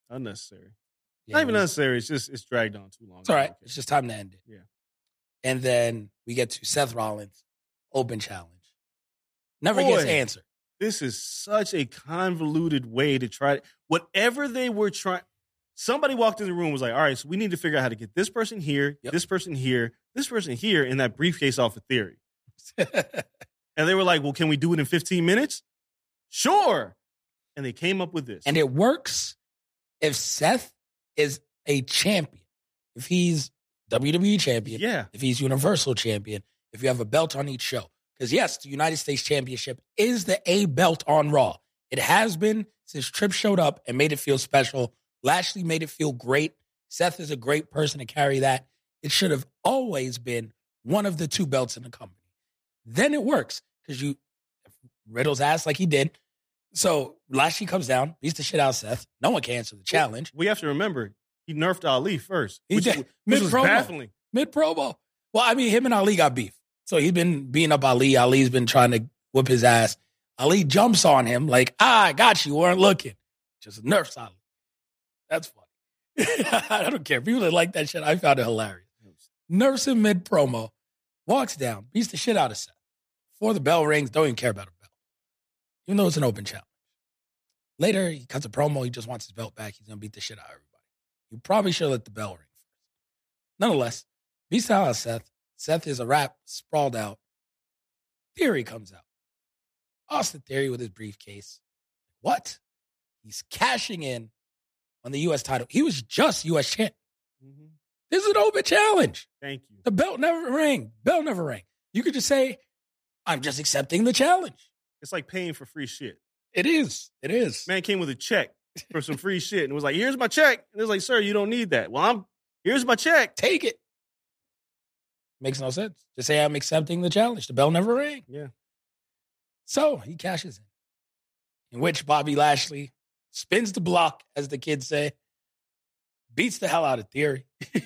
C: unnecessary.
B: Yeah,
C: Not even
B: it was-
C: necessary. It's just it's dragged on too long.
B: It's all right. It's just time to end it.
C: Yeah.
B: And then we get to Seth Rollins, open challenge. Never
C: Boy.
B: gets answered.
C: this is such a convoluted way to try whatever they were trying. Somebody walked in the room and was like, "All right, so we need to figure out how to get this person here,
B: Yep.
C: this person here, this person here, and that briefcase off of theory." And they were like, "Well, can we do it in 15 minutes?" Sure. And they came up with this.
B: and it works if Seth is a champion, if he's WWE champion,
C: yeah,
B: if he's Universal Champion, if you have a belt on each show. Because, yes, the United States Championship is the A belt on Raw. It has been since Tripp showed up and made it feel special. Lashley made it feel great. Seth is a great person to carry that. It should have always been one of the two belts in the company. Then it works because you riddles ass like he did. So Lashley comes down, beats the shit out of Seth. No one can answer the challenge.
C: we have to remember he nerfed Ali first,
B: He
C: which,
B: did.
C: which was
B: Mid-promo.
C: baffling.
B: mid promo. Well, I mean, him and Ali got beef. So he's been beating up Ali. Ali's been trying to whip his ass. Ali jumps on him like, ah, I got you. Weren't looking. Just nerfs Ali. That's funny. I don't care. People that like that shit, I found it hilarious. Nerfs him mid promo, walks down, beats the shit out of Seth. Before the bell rings, don't even care about a bell, even though it's an open challenge. Later, he cuts a promo. He just wants his belt back. He's going to beat the shit out of everybody. You probably should let the bell ring first. Nonetheless, Beats out on Seth. Seth is a wrap, sprawled out. Theory comes out. Austin Theory with his briefcase. What? He's cashing in on the U.S. title. He was just U.S. champ.
C: Mhm.
B: This is an open challenge.
C: Thank you.
B: The belt never rang. Bell never rang. You could just say, I'm just accepting the challenge.
C: It's like paying for free shit.
B: It is. It is.
C: man came with a check for some free shit and was like, "Here's my check." And it was like, "Sir, you don't need that." Well, I'm here's my check.
B: Take it. Makes no sense. Just say, I'm accepting the challenge. The bell never rang.
C: Yeah,
B: So he cashes in, in which Bobby Lashley spins the block, as the kids say, beats the hell out of Theory,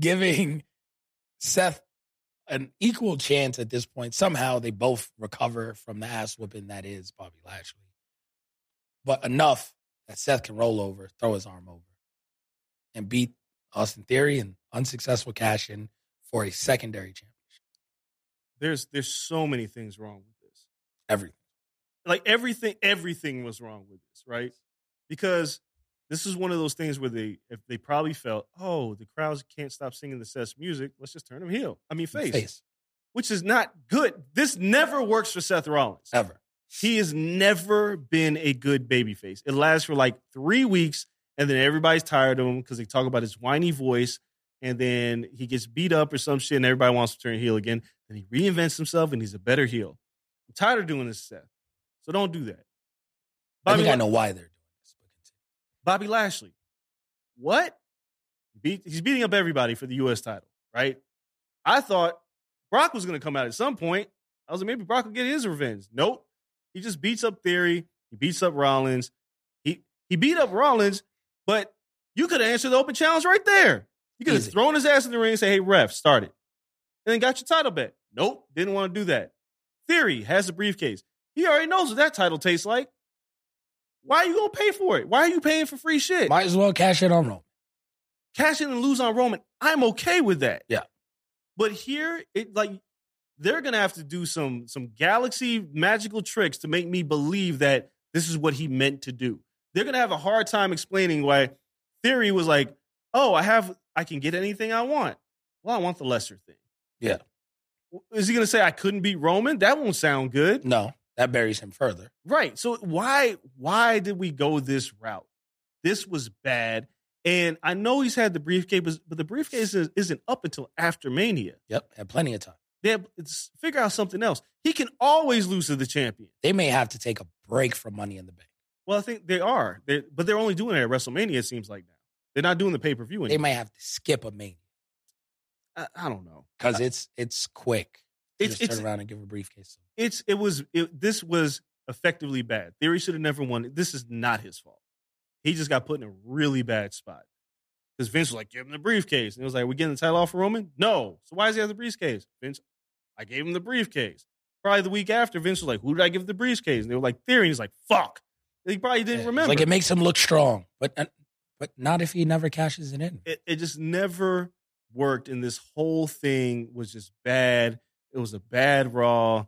B: giving Seth an equal chance at this point. Somehow they both recover from the ass whooping that is Bobby Lashley. But enough that Seth can roll over, throw his arm over, and beat Austin Theory and unsuccessful cash in for a secondary championship.
C: there's there's so many things wrong with this.
B: Everything.
C: like everything everything was wrong with this, right? Because this is one of those things where they if they probably felt, oh, the crowds can't stop singing the Seth's music, let's just turn them heel. I mean face, which is not good. This never works for Seth Rollins.
B: ever.
C: He has never been a good babyface. It lasts for like three weeks, and then everybody's tired of him because they talk about his whiny voice, and then he gets beat up or some shit, and everybody wants to turn heel again. Then he reinvents himself, and he's a better heel. I'm tired of doing this, Seth. So don't do that.
B: I
C: Bobby,
B: think I know why they're doing this.
C: Bobby Lashley. What? Beat, he's beating up everybody for the U.S. title, right? I thought Brock was going to come out at some point. I was like, maybe Brock will get his revenge. Nope. He just beats up Theory. He beats up Rollins. He he beat up Rollins, but you could have answered the open challenge right there. You could have
B: Easy.
C: thrown his ass in the ring and say, hey, ref, start it. And then got your title back. Nope. Didn't want to do that. Theory has the briefcase. He already knows what that title tastes like. Why are you going to pay for it? Why are you paying for free shit?
B: Might as well cash in on Roman.
C: cash in and lose on Roman, I'm okay with that.
B: Yeah.
C: But here, it like they're gonna have to do some some galaxy magical tricks to make me believe that this is what he meant to do. They're gonna have a hard time explaining why Theory was like, "Oh, I have, I can get anything I want." Well, I want the lesser thing.
B: Yeah.
C: Is he gonna say I couldn't beat Roman? That won't sound good.
B: No, that buries him further.
C: Right. So why why did we go this route? This was bad. And I know he's had the briefcase, but- but the briefcase is, isn't up until after Mania.
B: Yep, had plenty of time.
C: They have, it's, figure out something else. He can always lose to the champion.
B: They may have to take a break from Money in the Bank.
C: Well, I think they are, They're- but they're only doing it at WrestleMania. It seems like now they're not doing the pay per view
B: They
C: anymore.
B: might have to skip a Mania
C: I, I don't know.
B: because it's it's quick. You
C: It's
B: just
C: it's
B: turn around and give a briefcase.
C: it's it was it, this was effectively bad. Theory should have never won. it. This is not his fault. He just got put in a really bad spot because Vince was like, "Give him the briefcase," and it was like, "We getting the title off of Roman?" No. So why does he have the briefcase, Vince? I gave him the briefcase. Probably the week after, Vince was like, "Who did I give the briefcase?" And they were like, "Theory." And he's like, "Fuck." He probably
B: Yeah,
C: didn't
B: it's
C: remember.
B: Like it makes him look strong, but uh, but not if he never cashes it in.
C: it, it just never worked and this whole thing was just bad it was a bad raw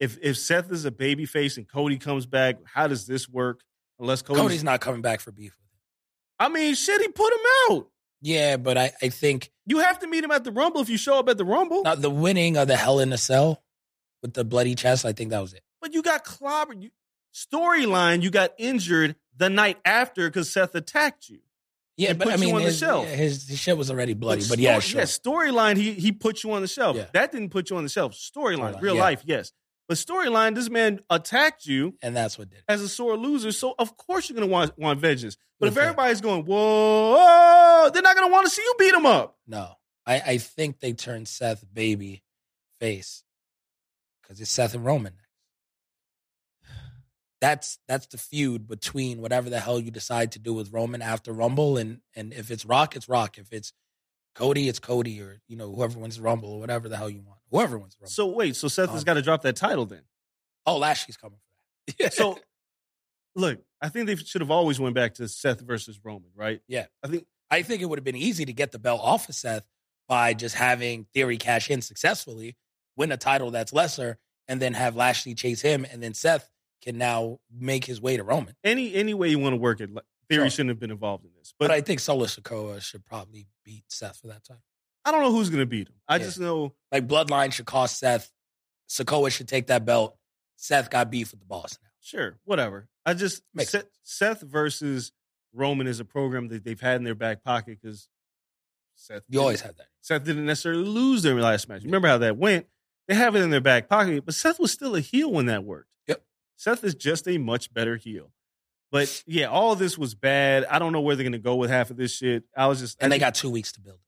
C: if if seth is a baby face and cody comes back how does this work unless Cody's,
B: Cody's not coming back for beef with him.
C: i mean shit he put him out
B: Yeah, but I, I think
C: you have to meet him at the rumble if you show up at the rumble
B: now the winning of the Hell in a Cell with the bloody chest. I think that was it.
C: but you got clobbered you, storyline you got injured the night after because seth attacked you
B: Yeah,
C: It
B: but I
C: puts you
B: mean
C: on the
B: his,
C: shelf.
B: yeah, his his shit was already bloody. But, yeah,
C: story-
B: sure.
C: storyline, he he put you on the shelf.
B: Yeah.
C: That didn't put you on the shelf. Storyline,
B: Storyline,
C: real
B: yeah.
C: life, yes. But storyline, this man attacked you
B: and that's what did it.
C: as a sore loser. So of course you're gonna want want vengeance. But if
B: Okay.
C: everybody's going, whoa, they're not gonna want to see you beat him up.
B: No, I, I think they turned Seth baby face because it's Seth and Roman. That's that's the feud between whatever the hell you decide to do with Roman after Rumble, and and if it's Rock, it's Rock. If it's Cody, it's Cody, or you know whoever wins Rumble or whatever the hell you want. Whoever wins Rumble.
C: So wait, so Seth has
B: Um,
C: got to drop that title then.
B: oh, Lashley's coming for that.
C: So look, I think they should have always went back to Seth versus Roman, right?
B: Yeah.
C: I think
B: I think it would have been easy to get the belt off of Seth by just having Theory cash in successfully, win a title that's lesser, and then have Lashley chase him, and then Seth can now make his way to Roman.
C: any any way you want to work it, like, theory
B: Sure.
C: shouldn't have been involved in this.
B: But,
C: But,
B: I think Solo Sokoa should probably beat Seth for that time.
C: I, don't know who's gonna beat him. I
B: Yeah.
C: just know
B: Like Bloodline should cost Seth. Sokoa should take that belt. Seth got beef with the boss now.
C: Sure, whatever. I just
B: Makes
C: Seth, Seth versus Roman is a program that they've had in their back pocket because Seth
B: You always have that.
C: Seth didn't necessarily lose their last match. Remember how that went? They have it in their back pocket, but Seth was still a heel when that worked.
B: Yep.
C: Seth is just a much better heel. But yeah, all this was bad. I don't know where they're gonna go with half of this shit. I was just
B: And
C: I
B: they got two weeks to build.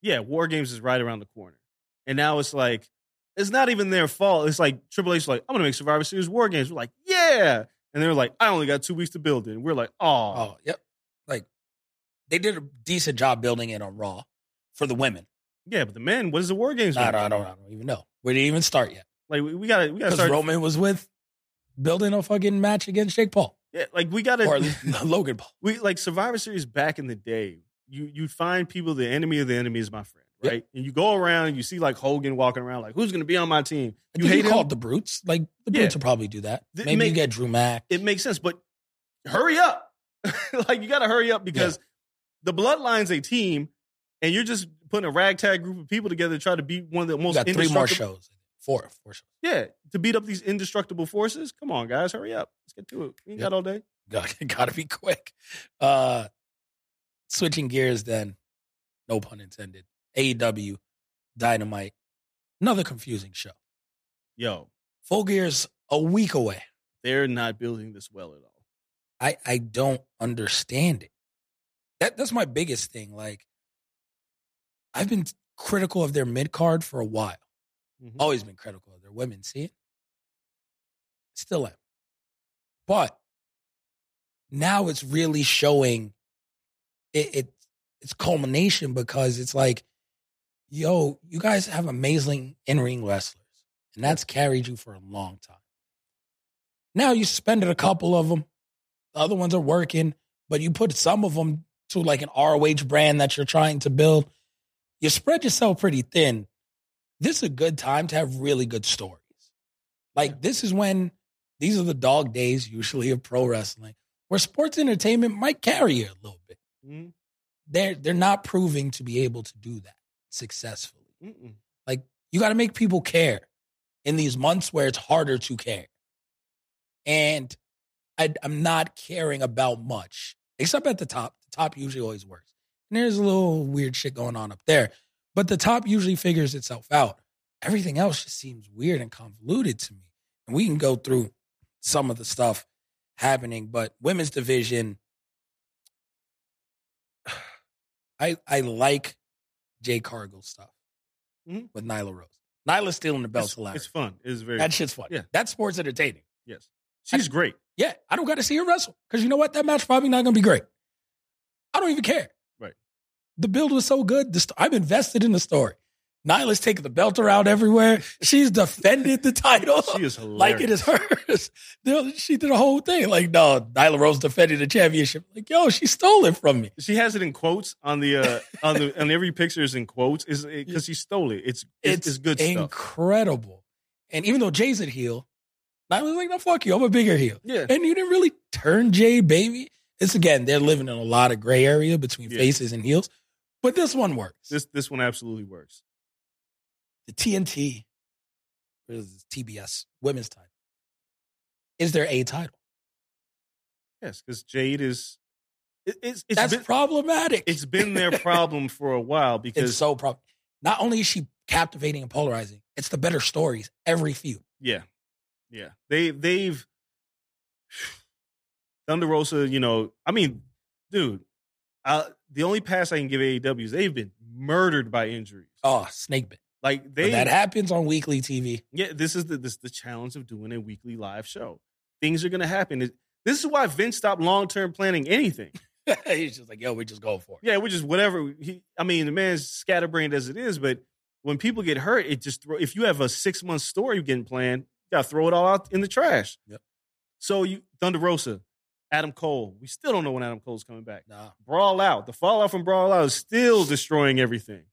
C: yeah, War Games is right around the corner. And now it's like, it's not even their fault. It's like Triple H, is like, I'm going to make Survivor Series War Games. We're like, yeah. And they're like, I only got two weeks to build it. And we're like, oh,
B: Oh, yep. Like they did a decent job building it on Raw for the women.
C: yeah, but the men, what is the War Games?
B: I
C: mean?
B: don't, I don't, I don't even know. We didn't even start yet.
C: Like, we got to, we got to
B: Because
C: start.
B: Roman was with building a fucking match against Jake Paul
C: yeah, like, we got
B: or
C: to,
B: Logan Paul.
C: we like Survivor Series back in the day. You, you'd find people, the enemy of the enemy is my friend,
B: Yep.
C: right? And you go around and you see like Hogan walking around, like, who's going to be on my team?
B: I
C: You
B: think
C: hate
B: you
C: him?
B: called the brutes. Like the
C: Yeah.
B: brutes will probably do that.
C: Th-
B: Maybe
C: make-
B: you get Drew Mack.
C: it makes sense, but hurry up. like you got to hurry up because the bloodline's a team, and you're just putting a ragtag group of people together to try to beat one of the
B: We
C: most
B: got three more
C: indestructible-
B: shows. Four, four shows.
C: Yeah, to beat up these indestructible forces. Come on, guys, hurry up. Let's get to it. We ain't
B: Yep.
C: got all day.
B: Got, gotta be quick. Uh switching gears then, no pun intended. AEW, Dynamite. Another confusing show.
C: Yo,
B: Full gears a week away.
C: they're not building this well at all.
B: I I don't understand it. That that's my biggest thing. Like I've been critical of their mid card for a while.
C: Mhm.
B: Always been critical of their women. See it? Still am. But now it's really showing it, it its culmination because it's like, yo, you guys have amazing in ring wrestlers, and that's carried you for a long time. Now you suspended a couple of them. The other ones are working, but you put some of them to like an ROH brand that you're trying to build. You spread yourself pretty thin. This is a good time to have really good stories. Like this is when these are the dog days usually of pro wrestling where sports entertainment might carry you a little bit.
C: Mhm.
B: They're they're not proving to be able to do that successfully.
C: Mm-mm.
B: You got to make people care in these months where it's harder to care. And I, I'm not caring about much, except at the top. The top usually always works. And there's a little weird shit going on up there, but the top usually figures itself out. Everything else just seems weird and convoluted to me. And we can go through some of the stuff happening, but women's division, I I like Jay Cargill stuff
C: Mhm.
B: with Nyla Rose. Nyla's stealing the belts
C: It's,
B: hilarious.
C: it's fun. It's very
B: That shit's fun.
C: Yeah.
B: That's sports entertaining.
C: yes. She's great.
B: Yeah, I don't got to see her wrestle because you know what? That match probably not going to be great. I don't even care.
C: Right.
B: The build was so good. The st- I'm invested in the story. Nyla's taking the belt around everywhere. She's defended the title
C: She is hilarious.
B: like it is hers. They'll- she did a whole thing. Like, no, Nyla Rose defended the championship. Like, yo, she stole it from me.
C: She has it in quotes on the uh, on the on every picture is in quotes is because she stole it. It's it's, it's good stuff.
B: incredible. And even though Jay's a heel, Nyla's like, no, fuck you. I'm a bigger heel.
C: Yeah,
B: and you didn't really turn Jay baby. It's again, they're living in a lot of gray area between
C: Yeah.
B: faces and heels, but this one works.
C: this this one absolutely works.
B: the TNT, what is this, TBS women's title, is there a title?
C: Yes, because Jade is it, it's it's
B: That's
C: been,
B: problematic.
C: it's been their problem for a while
B: it's
C: because
B: so problem. Not only is she captivating and polarizing, it's the better stories every feud.
C: yeah, yeah they they've Thunder Rosa. You know, I mean, dude, I, the only pass I can give AEW is they've been murdered by injuries.
B: Oh, snake bit.
C: Like
B: When
C: they
B: that happens on weekly TV.
C: Yeah, this is the this the challenge of doing a weekly live show. Things are going to happen. It- This is why Vince stopped long term planning anything.
B: He's just like, yo, we're just going for it.
C: Yeah, which is whatever. He, I mean, the man's scatterbrained as it is, but when people get hurt, it just throw. If you have a six month story getting planned, you got to throw it all out in the trash.
B: Yep.
C: So you Thunder Rosa, Adam Cole. We still don't know when Adam Cole's coming back.
B: Nah.
C: Brawl Out. The fallout from Brawl Out is still destroying everything.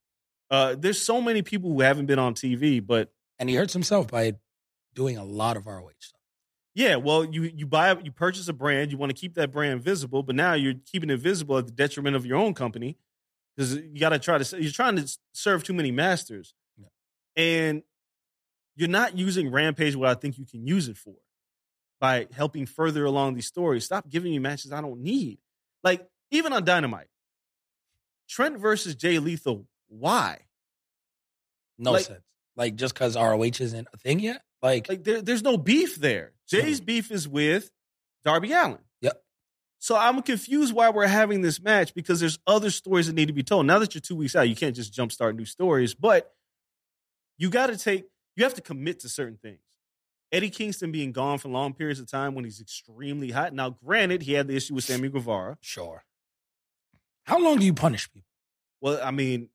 C: Uh, there's so many people who haven't been on TV, but
B: And he hurts himself by doing a lot of ROH stuff.
C: Yeah, well, you you buy you purchase a brand, you want to keep that brand visible, but now you're keeping it visible at the detriment of your own company because you got to try to you're trying to s- serve too many masters,
B: Yeah.
C: and you're not using Rampage what I think you can use it for by helping further along these stories. Stop giving me matches I don't need, like even on Dynamite, Trent versus Jay Lethal. Why?
B: No
C: Like-
B: sense. Like just because ROH isn't a thing yet. Like,
C: Like there, there's no beef there. Jay's beef is with Darby Allen.
B: Mm-hmm. Yep.
C: So I'm confused why we're having this match because there's other stories that need to be told. Now that you're two weeks out, you can't just jumpstart new stories, but you got to take, you have to commit to certain things. Eddie Kingston being gone for long periods of time when he's extremely hot. Now, granted, he had the issue with Sammy Guevara.
B: sure. How long do you punish people?
C: Well, I mean,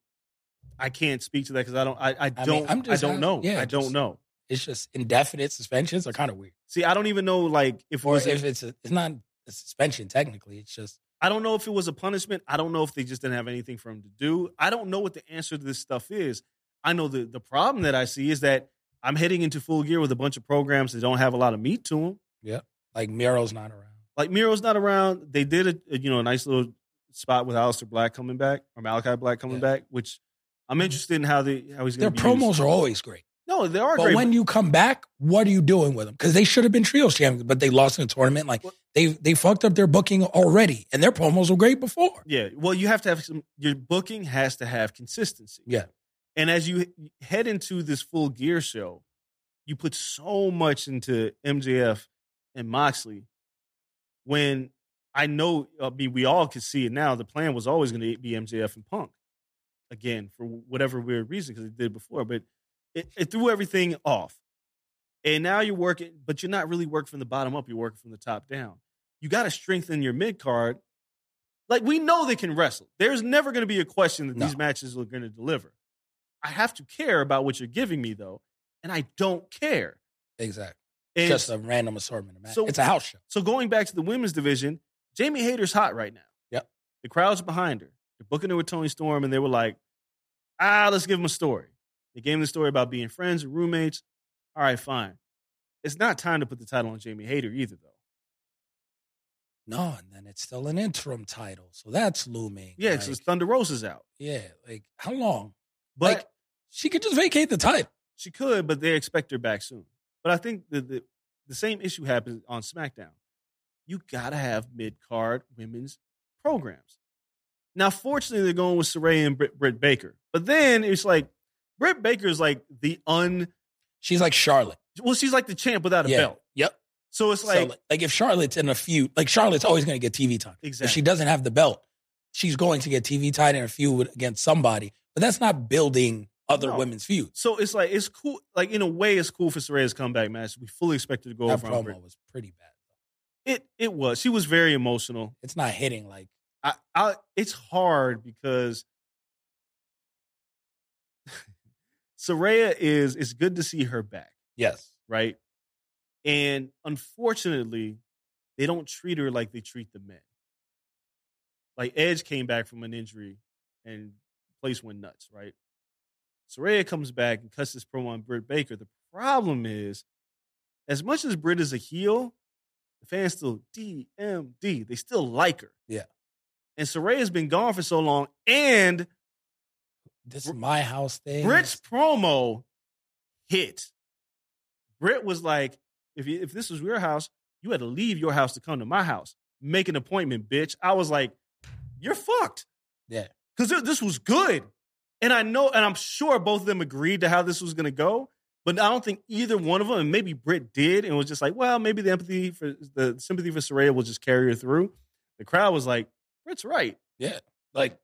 C: I can't speak to that because I don't, I, I
B: mean,
C: don't, I,
B: I'm just-
C: don't know.
B: yeah,
C: I
B: just-
C: don't know.
B: It's just indefinite suspensions are kind of weird.
C: See, I don't even know like if it
B: Or
C: was
B: if it's a, it's not a suspension technically, it's just
C: I don't know if it was a punishment. I don't know if they just didn't have anything for him to do. I don't know what the answer to this stuff is. I know the, the problem that I see is that I'm heading into full gear with a bunch of programs that don't have a lot of meat to them.
B: Like Miro's not around.
C: Like Miro's not around. They did a, a, you know a nice little spot with Alistair Black coming back or Malachi Black coming
B: Yeah.
C: back, which I'm interested in how they how he's
B: Their
C: going to
B: promos are always great.
C: No, they are
B: But
C: great.
B: when you come back, what are you doing with them? Because they should have been trios champions, but they lost in the tournament. Like
C: Well-
B: they they fucked up their booking already, and their promos were great before.
C: Yeah. Well, you have to have some. Your booking has to have consistency.
B: Yeah.
C: And as you head into this full gear show, you put so much into MJF and Moxley. When I know, I mean, we all could see it now. The plan was always going to be MJF and Punk again for whatever weird reason because it did before, but it, it threw everything off. And now you're working, but you're not really working from the bottom up. You're working from the top down. You got to strengthen your mid card like we know they can wrestle. There's never going to be a question that
B: No.
C: these matches are going to deliver. I have to care about what you're giving me though, and I don't care.
B: Exactly.
C: And
B: Just a random assortment of matches.
C: So-
B: it's a house show.
C: so going back to the women's division, Jamie Hayter's hot right now.
B: Yep.
C: The crowd's behind her. They're booking her with Tony Storm, and they were like, ah, let's give him a story. They gave him the story about being friends and roommates. All right, fine. It's not time to put the title on Jamie Hayter either, though.
B: No, and then it's still an interim title, so that's looming.
C: Yeah,
B: like,
C: it's just Thunder Rosa's out.
B: yeah. Like how long?
C: But
B: Like- She could just vacate the title.
C: She could, but they expect her back soon. But I think the the, the same issue happens on SmackDown. You gotta have mid card women's programs. Now, fortunately, they're going with Saray and Britt, Britt Baker. But then it's like Britt Baker is like the un
B: She's like Charlotte.
C: well, she's like the champ without a
B: Yeah.
C: belt.
B: Yep.
C: So it's
B: So,
C: like
B: like, like if Charlotte's in a feud, like Charlotte's always going to get TV time. If she
C: exactly.
B: doesn't have the belt, she's going to get TV tied in a feud with, against somebody. But that's not building other
C: No.
B: women's feuds.
C: So it's like it's cool. Like in a way, it's cool for Saray's comeback match. We fully expected to go
B: That
C: over on
B: promo
C: Britt.
B: was pretty bad.
C: It it was. She was very emotional.
B: It's not hitting like
C: I, I it's hard because Soraya is it's good to see her back,
B: yes,
C: right? And unfortunately, they don't treat her like they treat the men. Like Edge came back from an injury and place went nuts, right? Soraya comes back and cuts this promo on Britt Baker. The problem is, as much as Britt is a heel, the fans still DMD. They still like her.
B: Yeah.
C: And Soraya's been gone for so long, and
B: this is my house thing.
C: Britt's promo hit. Britt was like, if, you, if this was your house, you had to leave your house to come to my house. Make an appointment, bitch. I was like, you're fucked.
B: Yeah.
C: Because this was good. And I know, and I'm sure both of them agreed to how this was going to go, but I don't think either one of them, and maybe Britt did, and was just like, well, maybe the empathy for the sympathy for Soraya will just carry her through. The crowd was like, Britt's right.
B: like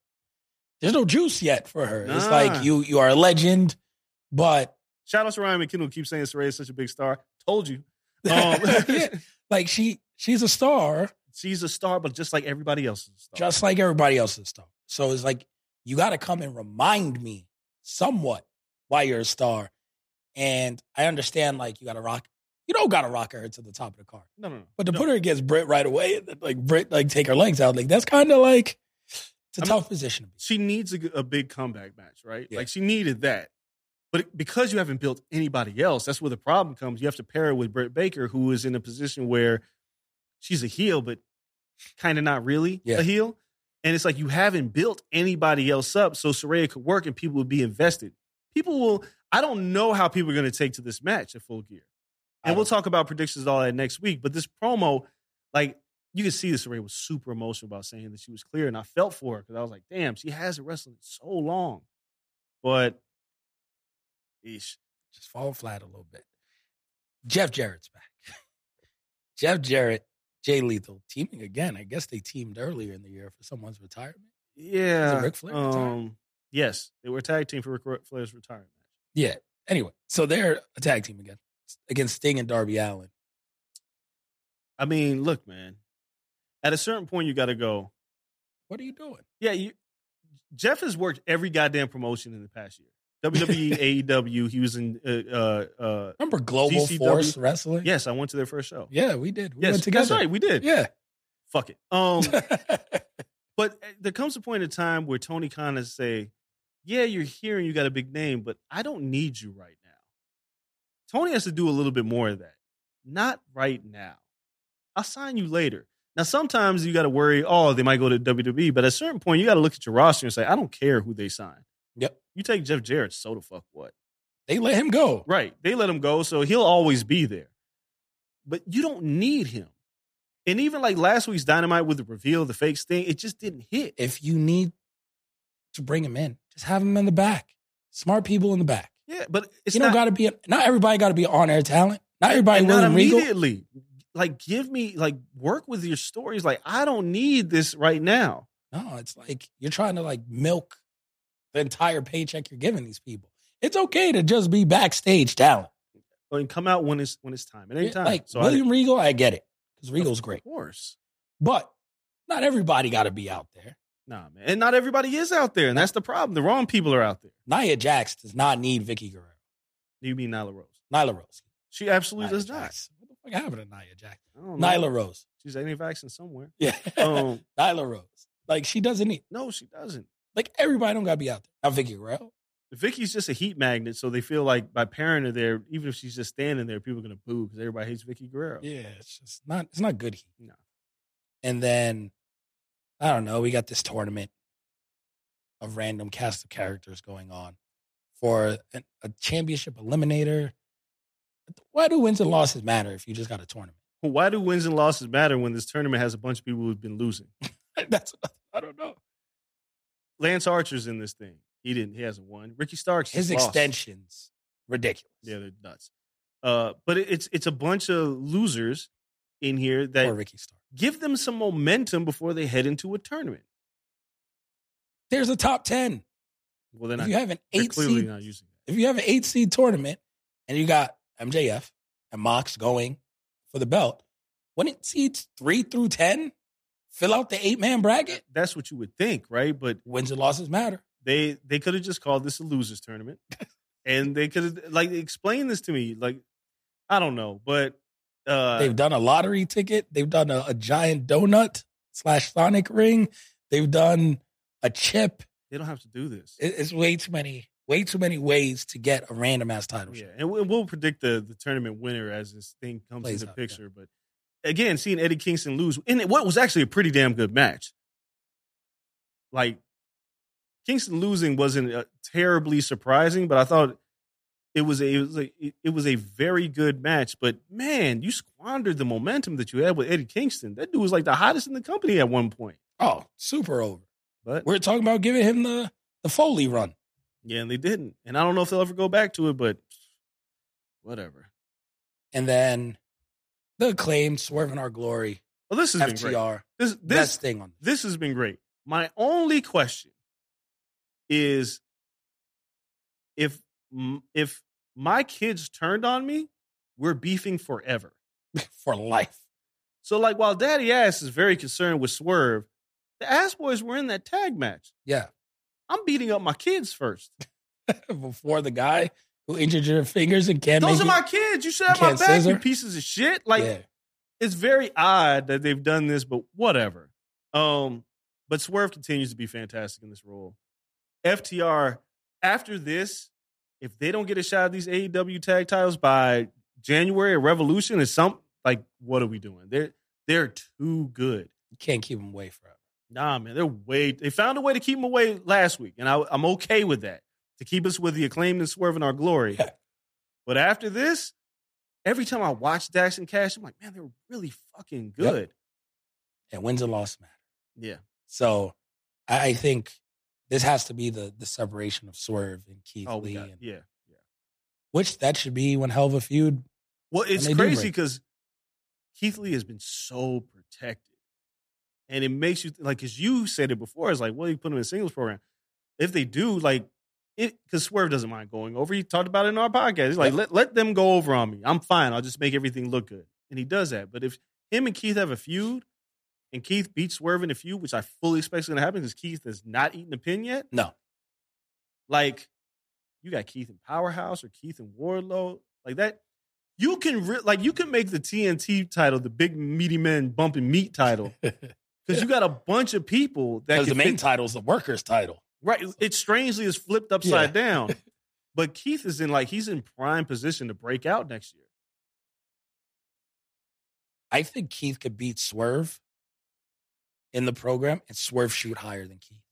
B: there's no juice yet for her. It's
C: Nah.
B: like you you are a legend, but
C: Shout out to Ryan McKinnell, who keeps saying Soraya is such a big star. Told you. Um,
B: Yeah. like she she's a star
C: she's a star, but just like everybody else is a star.
B: just like everybody else is a star. So it's like you got to come and remind me somewhat why you're a star. And I understand like you got to rock. You don't got to rock her to the top of the car.
C: no, no, no.
B: But to
C: no.
B: put her against Britt right away, and then, like Britt, like take her legs out, like that's kind of like it's a
C: I mean-
B: tough position to be.
C: she needs a, g- a big comeback match, right?
B: Yeah.
C: Like she needed that. But because you haven't built anybody else, that's where the problem comes. You have to pair it with Britt Baker, who is in a position where she's a heel, but kind of not really
B: Yeah.
C: a heel. And it's like you haven't built anybody else up, so Soraya could work and people would be invested. People will. I don't know how people are going to take to this match at Full Gear,
B: I
C: and we'll
B: don't-
C: talk about predictions and all that next week. But this promo, like you can see, this Soraya was super emotional about saying that she was clear, and I felt for her because I was like, damn, she hasn't wrestled in so long. But, ish,
B: Just fall flat a little bit. Jeff Jarrett's back. Jeff Jarrett, Jay Lethal teaming again. I guess they teamed earlier in the year for someone's retirement.
C: yeah, um,
B: Ric Flair retired?
C: yes, they were a tag team for Ric Flair's retirement.
B: Yeah. Anyway, so they're a tag team again against Sting and Darby Allen.
C: I mean, look, man, at a certain point, you got to go.
B: What are you doing?
C: Yeah, you, Jeff has worked every goddamn promotion in the past year. E, WWE, AEW. He was in. Uh, uh, uh,
B: Remember Global
C: GCW?
B: Force Wrestling?
C: yes, I went to their first show.
B: Yeah, we did. We
C: yes,
B: went together.
C: that's right, we did.
B: Yeah.
C: Fuck it. Um, but eh, there comes a point in time where Tony Khan is say, "Yeah, you're here and you got a big name, but I don't need you right now." Tony has to do a little bit more of that. Not right now. I'll sign you later. Now, sometimes you got to worry, oh, they might go to WWE, but at a certain point, you got to look at your roster and say, I don't care who they sign.
B: Yep.
C: You take Jeff Jarrett, so the fuck what?
B: they let him go.
C: Right. They let him go, so he'll always be there. But you don't need him. And even like last week's Dynamite with the reveal, the fakes thing, it just didn't hit.
B: If you need to bring him in, just have him in the back. Smart people in the back.
C: Yeah, but it's
B: you
C: not,
B: don't got to be. Not everybody got to be on air talent. Not everybody
C: and not
B: William Regal.
C: immediately. Like, give me like work with your stories. Like, I don't need this right now.
B: No, it's like you're trying to like milk the entire paycheck you're giving these people. It's okay to just be backstage talent.
C: And come out when it's when it's time. At any time.
B: Like
C: so
B: William Regal, I get it because
C: I,
B: Regal's great,
C: Of course.
B: but not everybody got to be out there.
C: Nah, man. And not everybody is out there, and that's the problem. The wrong people are out there.
B: Nia Jax does not need Vicky Guerrero.
C: You mean Nyla Rose?
B: Nyla Rose.
C: She absolutely
B: Nia
C: does not.
B: Jax. What the fuck happened to Nia Jax?
C: I don't know.
B: Nyla Rose.
C: She's anti-vaccine somewhere.
B: Yeah. Oh.
C: Um,
B: Nyla Rose. Like she doesn't need.
C: no, she doesn't.
B: Like everybody don't gotta be out there. Not Vicky Guerrero.
C: Vicky's just a heat magnet, so they feel like by pairing her there, even if she's just standing there, people are gonna boo because everybody hates Vicky Guerrero.
B: Yeah, it's just not. It's not good heat.
C: No.
B: And then I don't know. We got this tournament of random cast of characters going on for an, a championship eliminator. Why do wins and losses matter if you just got a tournament?
C: Well, Why do wins and losses matter when this tournament has a bunch of people who've been losing?
B: That's I don't know.
C: Lance Archer's in this thing. He didn't. He hasn't won. Ricky Starks
B: His
C: lost.
B: extensions ridiculous.
C: Yeah, they're nuts. Uh, but it, it's it's a bunch of losers in here that
B: Or Ricky Starr.
C: give them some momentum before they head into a tournament.
B: There's a top ten.
C: Well, they're
B: If
C: not.
B: you have an
C: they're
B: eight
C: clearly
B: seed
C: not using that.
B: if you have an eight seed tournament and you got MJF and Mox going for the belt, wouldn't seeds three through ten fill out the eight man bracket?
C: That's what you would think, right? But
B: Wins and losses matter.
C: they they could have just called this a losers tournament, and they could have like explained this to me. Like I don't know, but uh,
B: They've done a lottery ticket. They've done a, a giant donut slash Sonic ring. They've done a chip.
C: they don't have to do this.
B: It- it's way too many, way too many ways to get a random ass title
C: Yeah,
B: shot.
C: and we- we'll predict the the tournament winner as this thing comes
B: Plays
C: into
B: out, yeah.
C: picture. But again, seeing Eddie Kingston lose in what was actually a pretty damn good match, like Kingston losing wasn't uh, terribly surprising, but I thought it was a it was a, it- it was a very good match. But man, you squandered the momentum that you had with Eddie Kingston. That dude was like the hottest in the company at one point.
B: Oh, super over.
C: But
B: We're talking about giving him the the Foley run.
C: yeah, and they didn't, and I don't know if they'll ever go back to it, but whatever.
B: And then the acclaimed swerving our glory.
C: Well, this has been great.
B: FTR.
C: This this
B: Best thing on
C: this has been great. My only question is if if my kids turned on me, we're beefing forever.
B: for life.
C: So like while Daddy Ass is very concerned with Swerve, the Ass Boys were in that tag match.
B: Yeah.
C: I'm beating up my kids first.
B: Before the guy who injured your fingers and can't
C: Those
B: make
C: are
B: it-
C: my kids. You should have my
B: Can't
C: back, you
B: scissor?
C: pieces of shit. Like
B: Yeah.
C: it's very odd that they've done this, but whatever. Um, but Swerve continues to be fantastic in this role. FTR, after this, if they don't get a shot at these AEW tag titles by January or Revolution, is some like what are we doing? They're they're too good.
B: You can't keep him away forever.
C: Nah, man, they're way. They found a way to keep them away last week, and I, I'm okay with that to keep us with the acclaim and swerve in our glory. but after this, every time I watch Dax and Cash, I'm like, man, they're really fucking
B: Yep.
C: good.
B: And wins and losses matter.
C: Yeah.
B: So I I think this has to be the the separation of Swerve and Keith
C: Oh, we
B: Lee,
C: got,
B: and,
C: yeah.
B: which that should be when Hell of a Feud.
C: Well, it's
B: they do
C: crazy
B: break.
C: because Keith Lee has been so protected, and it makes you like, as you said it before, it's like, well, you put him in a singles program. If they do, like, it because Swerve doesn't mind going over. He talked about it in our podcast. He's like, let let them go over on me. I'm fine. I'll just make everything look good, and he does that. But if him and Keith have a feud, and Keith beats Swerve in a feud, which I fully expect is going to happen because Keith has not eaten a pin yet.
B: No,
C: Like, you got Keith and Powerhouse or Keith and Wardlow. Like that, You can re- like you can make the TNT title the big meaty men bumping meat title because you got a bunch of people that
B: Because the
C: can
B: main
C: fit-
B: title is the workers' title.
C: Right. It strangely is flipped upside down. But Keith is in like he's in prime position to break out next year.
B: I think Keith could beat Swerve in the program, and Swerve shoot higher than Keith.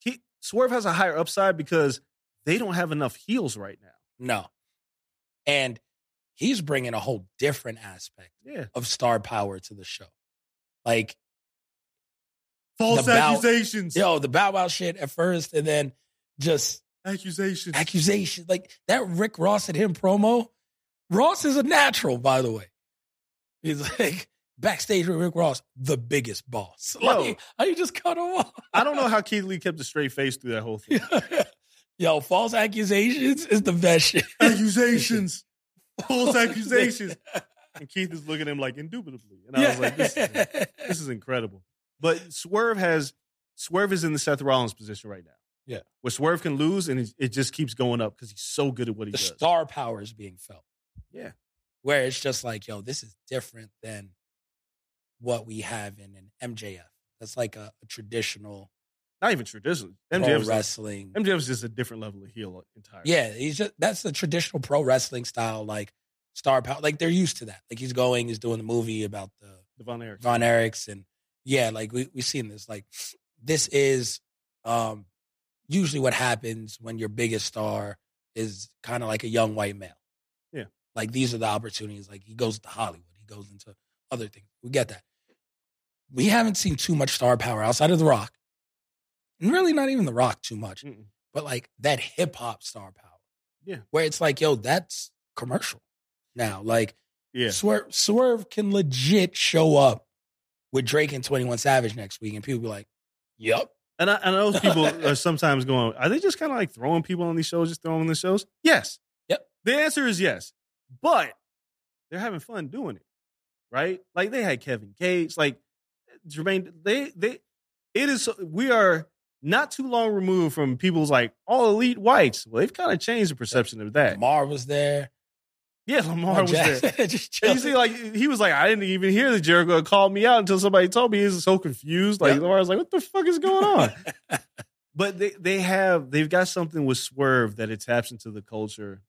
C: He Swerve has a higher upside because they don't have enough heels right now.
B: No, and he's bringing a whole different aspect
C: Yeah.
B: of star power to the show. Like
C: False
B: bow-
C: accusations.
B: yo, the Bow Wow shit at first, and then just
C: Accusations.
B: accusation. Like that Rick Ross at him promo. Ross is a natural, by the way. He's like backstage with Rick Ross, the biggest boss.
C: Yo.
B: Like, how you just cut him off?
C: I don't know how Keith Lee kept a straight face through that whole thing.
B: Yo, false accusations is the best shit.
C: accusations. False accusations. And Keith is looking at him like indubitably. And I was like, this is, this is incredible. But Swerve has Swerve is in the Seth Rollins position right now.
B: Yeah.
C: where Swerve can lose and it- it just keeps going up because he's so good at what he
B: the
C: does.
B: star power is being felt.
C: Yeah.
B: Where it's just like, yo, this is different than what we have in an MJF. That's like a, a traditional
C: Not even traditional.
B: pro
C: MJF is
B: wrestling.
C: MJF is just a different level of heel uh, entirely.
B: Oh, Yeah, he's just that's the traditional pro wrestling style, like star power. Like they're used to that. Like he's going, he's doing the movie about the
C: Devon Eric.
B: Von Erichs, and yeah, like we we've seen this. Like this is um usually what happens when your biggest star is kind of like a young white male.
C: Yeah.
B: like these are the opportunities. Like he goes to Hollywood, he goes into other things. We get that. We haven't seen too much star power outside of The Rock, and really not even The Rock too much
C: Mm-mm.
B: but like that hip hop star power.
C: Yeah.
B: Where it's like, yo, that's commercial now. Like
C: Yeah,
B: Swerve Swerve can legit show up with Drake and 21 Savage next week and people be like, Yep.
C: and I, and those people are sometimes going. Are they just kind of like throwing people on these shows? Just throwing them on the shows? Yes.
B: Yep.
C: The answer is yes, but they're having fun doing it, right? Like they had Kevin Gates, like Jermaine. They they. It is we are not too long removed from people's like all elite whites. Well, they've kind of changed the perception of that.
B: Lamar was there.
C: Yeah, Lamar was there.
B: Just
C: And you see,
B: chilling.
C: like he was like, I didn't even hear that Jericho had called me out until somebody told me. He's so confused. Like
B: Yeah.
C: Lamar was like, "What the fuck is going on?" but they they have they've got something with Swerve that it taps into the culture,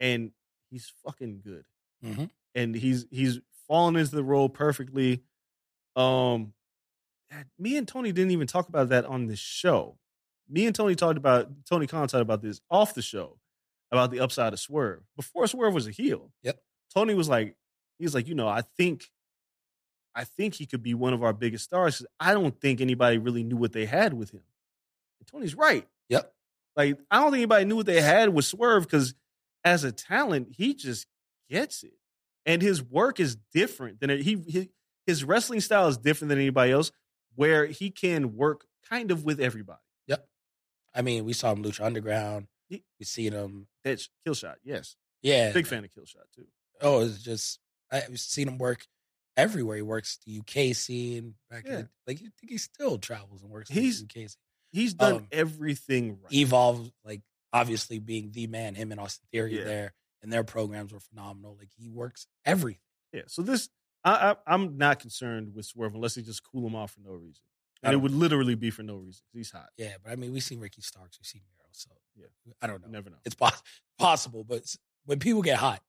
C: and he's fucking good,
B: Mhm.
C: and he's he's fallen into the role perfectly. Um, me and Tony didn't even talk about that on the show. Me and Tony talked about Tony Khan talked about this off the show about the upside of Swerve before Swerve was a heel.
B: Yep.
C: Tony was like, he's like, you know, I think, I think he could be one of our biggest stars. 'cause I don't think anybody really knew what they had with him. And Tony's right.
B: Yep.
C: Like I don't think anybody knew what they had with Swerve because as a talent, he just gets it, and his work is different than it, he, he his wrestling style is different than anybody else, where he can work kind of with everybody.
B: I mean, we saw him Lucha Underground.
C: He-
B: We seen him.
C: That's kill shot, yes.
B: Yeah.
C: Big fan of kill shot too.
B: Oh, it's just I've seen him work everywhere. He works the UK scene back in
C: Yeah.
B: the, like you think he still travels and works
C: He's-
B: in the UK scene.
C: He's done
B: Um,
C: everything right.
B: Evolve, like obviously being the man, him and Austin Theory
C: Yeah.
B: there, and their programs were phenomenal. Like he works everything.
C: Yeah. So this, I, I, I'm not concerned with Swerve unless they just cool him off for no reason, and it
B: Um,
C: would literally be for no reason. 'cause He's hot.
B: Yeah, but I mean, we see Ricky Starks, we see Miro, so
C: Yeah.
B: I don't know.
C: You never know.
B: It's pos- possible, but it's- when people get hot,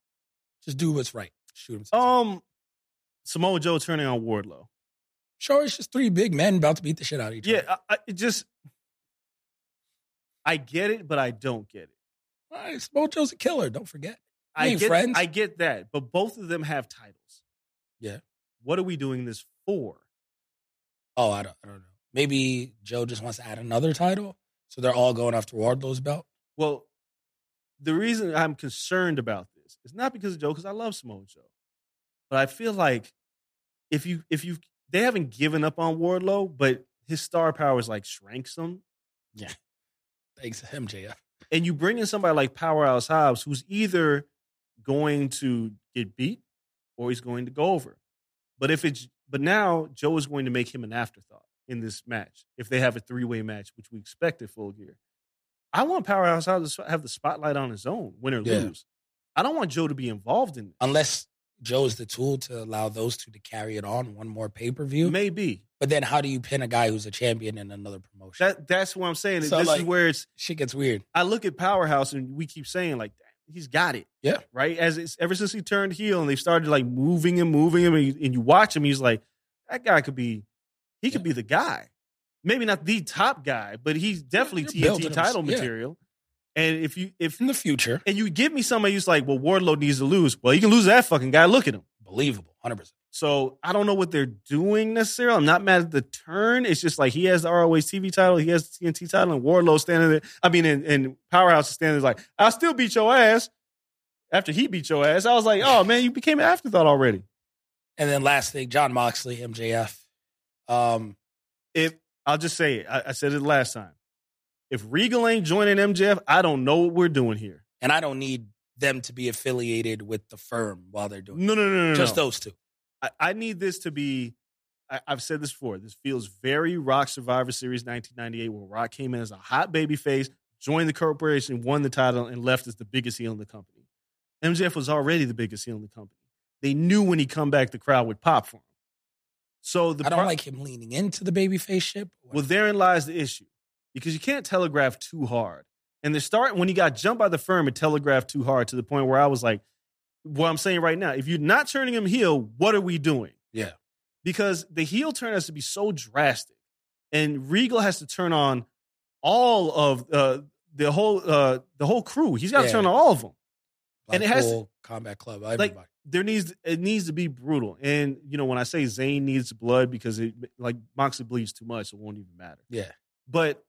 B: just do what's right. Shoot them.
C: Um, Samoa Joe turning on Wardlow.
B: sure, it's just three big men about to beat the shit out of each
C: Yeah. uh
B: other.
C: I, I, it just, I get it, but I don't get it.
B: All right, Smojo's a killer. Don't forget. We
C: I
B: ain't
C: get,
B: friends.
C: I get that, but both of them have titles.
B: Yeah.
C: What are we doing this for?
B: Oh, I don't, I don't know. Maybe Joe just wants to add another title, so they're all going after Wardlow's belt.
C: Well, the reason I'm concerned about this is not because of Joe, because I love Samoa Joe, but I feel like if you if you they haven't given up on Wardlow, but his star power is like shrank some,
B: Thanks, MJF.
C: and you bring in somebody like Powerhouse Hobbs, who's either going to get beat or he's going to go over. But if it's but now Joe is going to make him an afterthought in this match if they have a three way match, which we expect at Full Gear. I want Powerhouse Hobbs to have the spotlight on his own, win or
B: Yeah.
C: lose. I don't want Joe to be involved in this.
B: Unless Joe is the tool to allow those two to carry it on one more pay per view.
C: Maybe
B: But then how do you pin a guy who's a champion in another promotion?
C: that that's what I'm saying.
B: So,
C: this is
B: like-
C: where it's
B: Shit gets weird.
C: I look at Powerhouse and we keep saying like he's got it.
B: Yeah.
C: Right. As it's ever since he turned heel and they started like moving him, moving him, and you, and you watch him, he's like that guy could be, he could
B: Yeah.
C: be the guy. Maybe not the top guy, but he's definitely
B: you're building
C: TNT
B: him.
C: title
B: Yeah.
C: material. And if you if
B: In the future,
C: and you give me somebody who's like, well, Wardlow needs to lose. Well, you can lose that fucking guy. Look at him.
B: believable, hundred percent.
C: So I don't know what they're doing necessarily. I'm not mad at the turn. It's just like he has the ROH TV title, he has the TNT title, and Wardlow standing there. I mean, and, and Powerhouse is standing there like, I'll still beat your ass after he beat your ass. I was like, oh man, you became an afterthought already.
B: And then last thing, John Moxley, MJF. Um,
C: If I'll just say it, I, I said it last time. If Regal ain't joining MJF, I don't know what we're doing here.
B: and I don't need them to be affiliated with the firm while they're doing
C: No, no, no, no.
B: it. just
C: no.
B: those two.
C: I, I need this to be. I, I've said this before. This feels very Rock Survivor Series 1998, where Rock came in as a hot baby face, joined the corporation, won the title, and left as the biggest heel in the company. MJF was already the biggest heel in the company. They knew when he come back, the crowd would pop for him. So the
B: I don't
C: pro-
B: like him leaning into the babyface ship.
C: well, therein lies the issue because you can't telegraph too hard. And the start when he got jumped by the firm, it telegraphed too hard to the point where I was like, "What I'm saying right now, if you're not turning him heel, what are we doing?"
B: Yeah.
C: because the heel turn has to be so drastic, and Regal has to turn on all of uh, the whole uh, the whole crew. He's got to
B: Yeah.
C: turn on all of them. and it has to-
B: Blackpool combat club.
C: Like,
B: everybody.
C: there needs it needs to be brutal. And you know when I say Zayn needs blood because it like Moxley bleeds too much, it won't even matter.
B: yeah,
C: But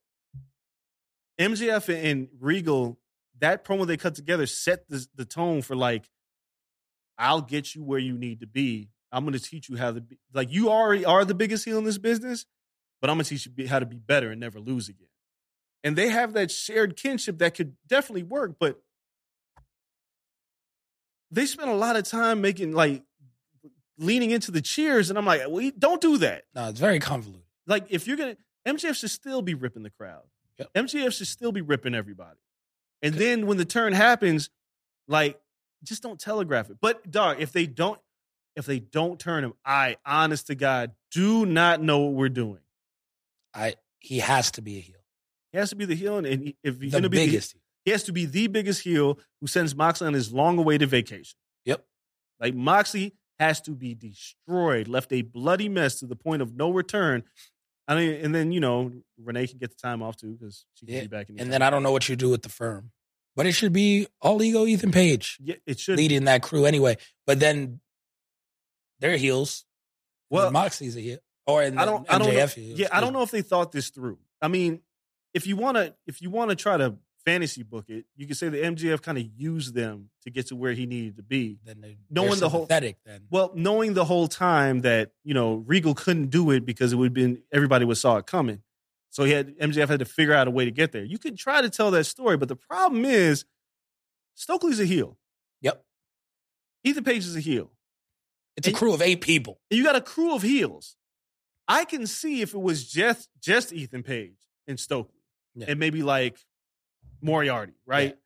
C: MJF and Regal, that promo they cut together set the, the tone for like, I'll get you where you need to be. I'm going to teach you how to be like you already are the biggest heel in this business, but I'm going to teach you be, how to be better and never lose again. And they have that shared kinship that could definitely work, but they spent a lot of time making like leaning into the cheers, and I'm like, well, don't do that
B: no, it's very convoluted.
C: like if you're gonna MJF should still be ripping the crowd.
B: Yep.
C: MJF should still be ripping everybody. And then when the turn happens, like just don't telegraph it. But dog, if they don't if they don't turn him, I honest to God do not know what we're doing.
B: I he has to be a heel,
C: He has to be the heel, and he- if he's
B: the
C: gonna be the-
B: biggest.
C: he has to be the biggest heel who sends Moxley on his long-awaited vacation.
B: Yep.
C: Like Moxley has to be destroyed, left a bloody mess to the point of no return. I mean, and then you know Renee can get the time off too because she can
B: Yeah,
C: be back in. the
B: and then
C: house.
B: I don't know what you do with the firm, but it should be all ego Ethan Page
C: yeah, it should.
B: leading that crew anyway. But then they're heels. Well,
C: well,
B: Moxley's a heel, or in
C: I don't.
B: MJF
C: I don't. Know,
B: heels.
C: yeah, I don't know if they thought this through. I mean, if you want to, if you want to try to fantasy book it, you could say the MGF kind of used them to get to where he needed to be.
B: Then they,
C: No
B: they're
C: one the whole-
B: sympathetic Then
C: Well, knowing the whole time that you know Regal couldn't do it because it would have been everybody would saw it coming, so he had MJF had to figure out a way to get there. You could try to tell that story, but the problem is Stokely's a heel.
B: Yep.
C: Ethan Page is a heel.
B: it's a crew of eight people.
C: And you got a crew of heels. I can see if it was just just Ethan Page and Stokely,
B: Yeah.
C: and maybe like Moriarty, right?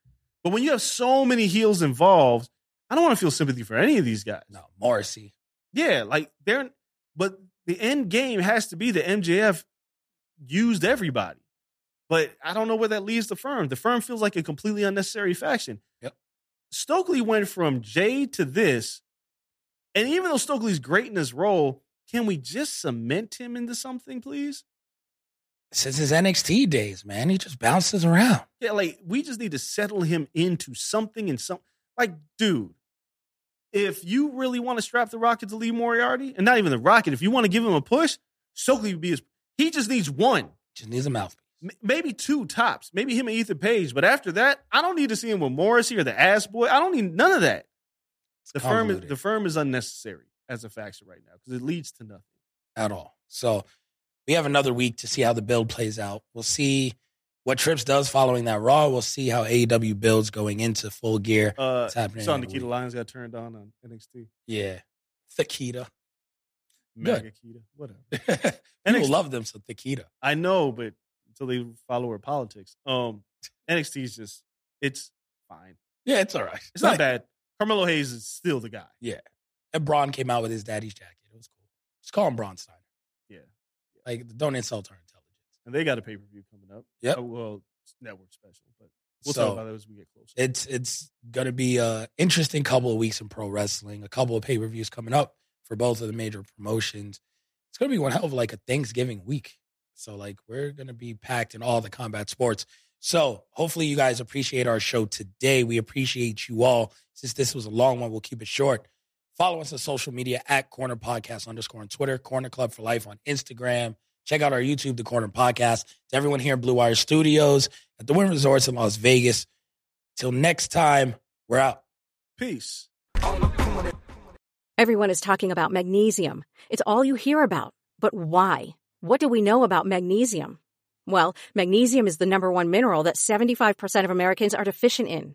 C: But when you have so many heels involved, I don't want to feel sympathy for any of these guys.
B: No, Morrissey.
C: Yeah, like they're but the end game has to be that MJF used everybody. But I don't know where that leaves the firm. The firm feels like a completely unnecessary faction.
B: Yep.
C: Stokely went from Jay to this. And even though Stokely's great in his role, can we just cement him into something, please?
B: Since his NXT days, man, he just bounces around.
C: Yeah, like we just need to settle him into something and some like, dude, if you really want to strap the Rocket to Lee Moriarty, and not even the Rocket, if you want to give him a push, Stokely would be his he just needs one,
B: Just needs a mouthpiece.
C: m- maybe two tops, maybe him and Ethan Page. But after that, I don't need to see him with Morrissey or the ass boy. I don't need none of that. The firm is
B: convoluted.
C: the firm is unnecessary as a faction right now because it leads to nothing.
B: at all. So we have another week to see how the build plays out. We'll see what Trips does following that Raw. We'll see how AEW builds going into full gear.
C: Uh
B: It's happening.
C: saw
B: in a
C: Nikita
B: week.
C: Lyons got turned on on NXT.
B: Yeah. Thakita. Good.
C: Mega Kita, whatever.
B: People love them, so Thakita.
C: I know, but until they follow her politics, um, NXT is just it's fine.
B: Yeah, it's all right.
C: It's not bad. Carmelo Hayes is still the guy.
B: And Braun came out with his daddy's jacket. It was cool. Just call him Braun Steiner.
C: Yeah.
B: Like, don't insult our intelligence.
C: And they got a pay per view coming up.
B: Yep.
C: Oh, well, it's network special, but we'll
B: so
C: talk about that as we get closer.
B: it's it's gonna be a interesting couple of weeks in pro wrestling. A couple of pay per views coming up for both of the major promotions. It's gonna be one hell of like a Thanksgiving week. So like we're gonna be packed in all the combat sports. So hopefully you guys appreciate our show today. We appreciate you all. Since this was a long one, we'll keep it short. Follow us on social media at Corner Podcast underscore on Twitter, Corner Club for Life on Instagram. Check out our YouTube, The Corner Podcast. To everyone here in Blue Wire Studios at the Wynn Resorts in Las Vegas. Till next time, we're out.
C: Peace.
A: On the corner.
D: Everyone is talking about magnesium. It's all you hear about. But why? What do we know about magnesium? Well, magnesium is the number one mineral that 75% of Americans are deficient in.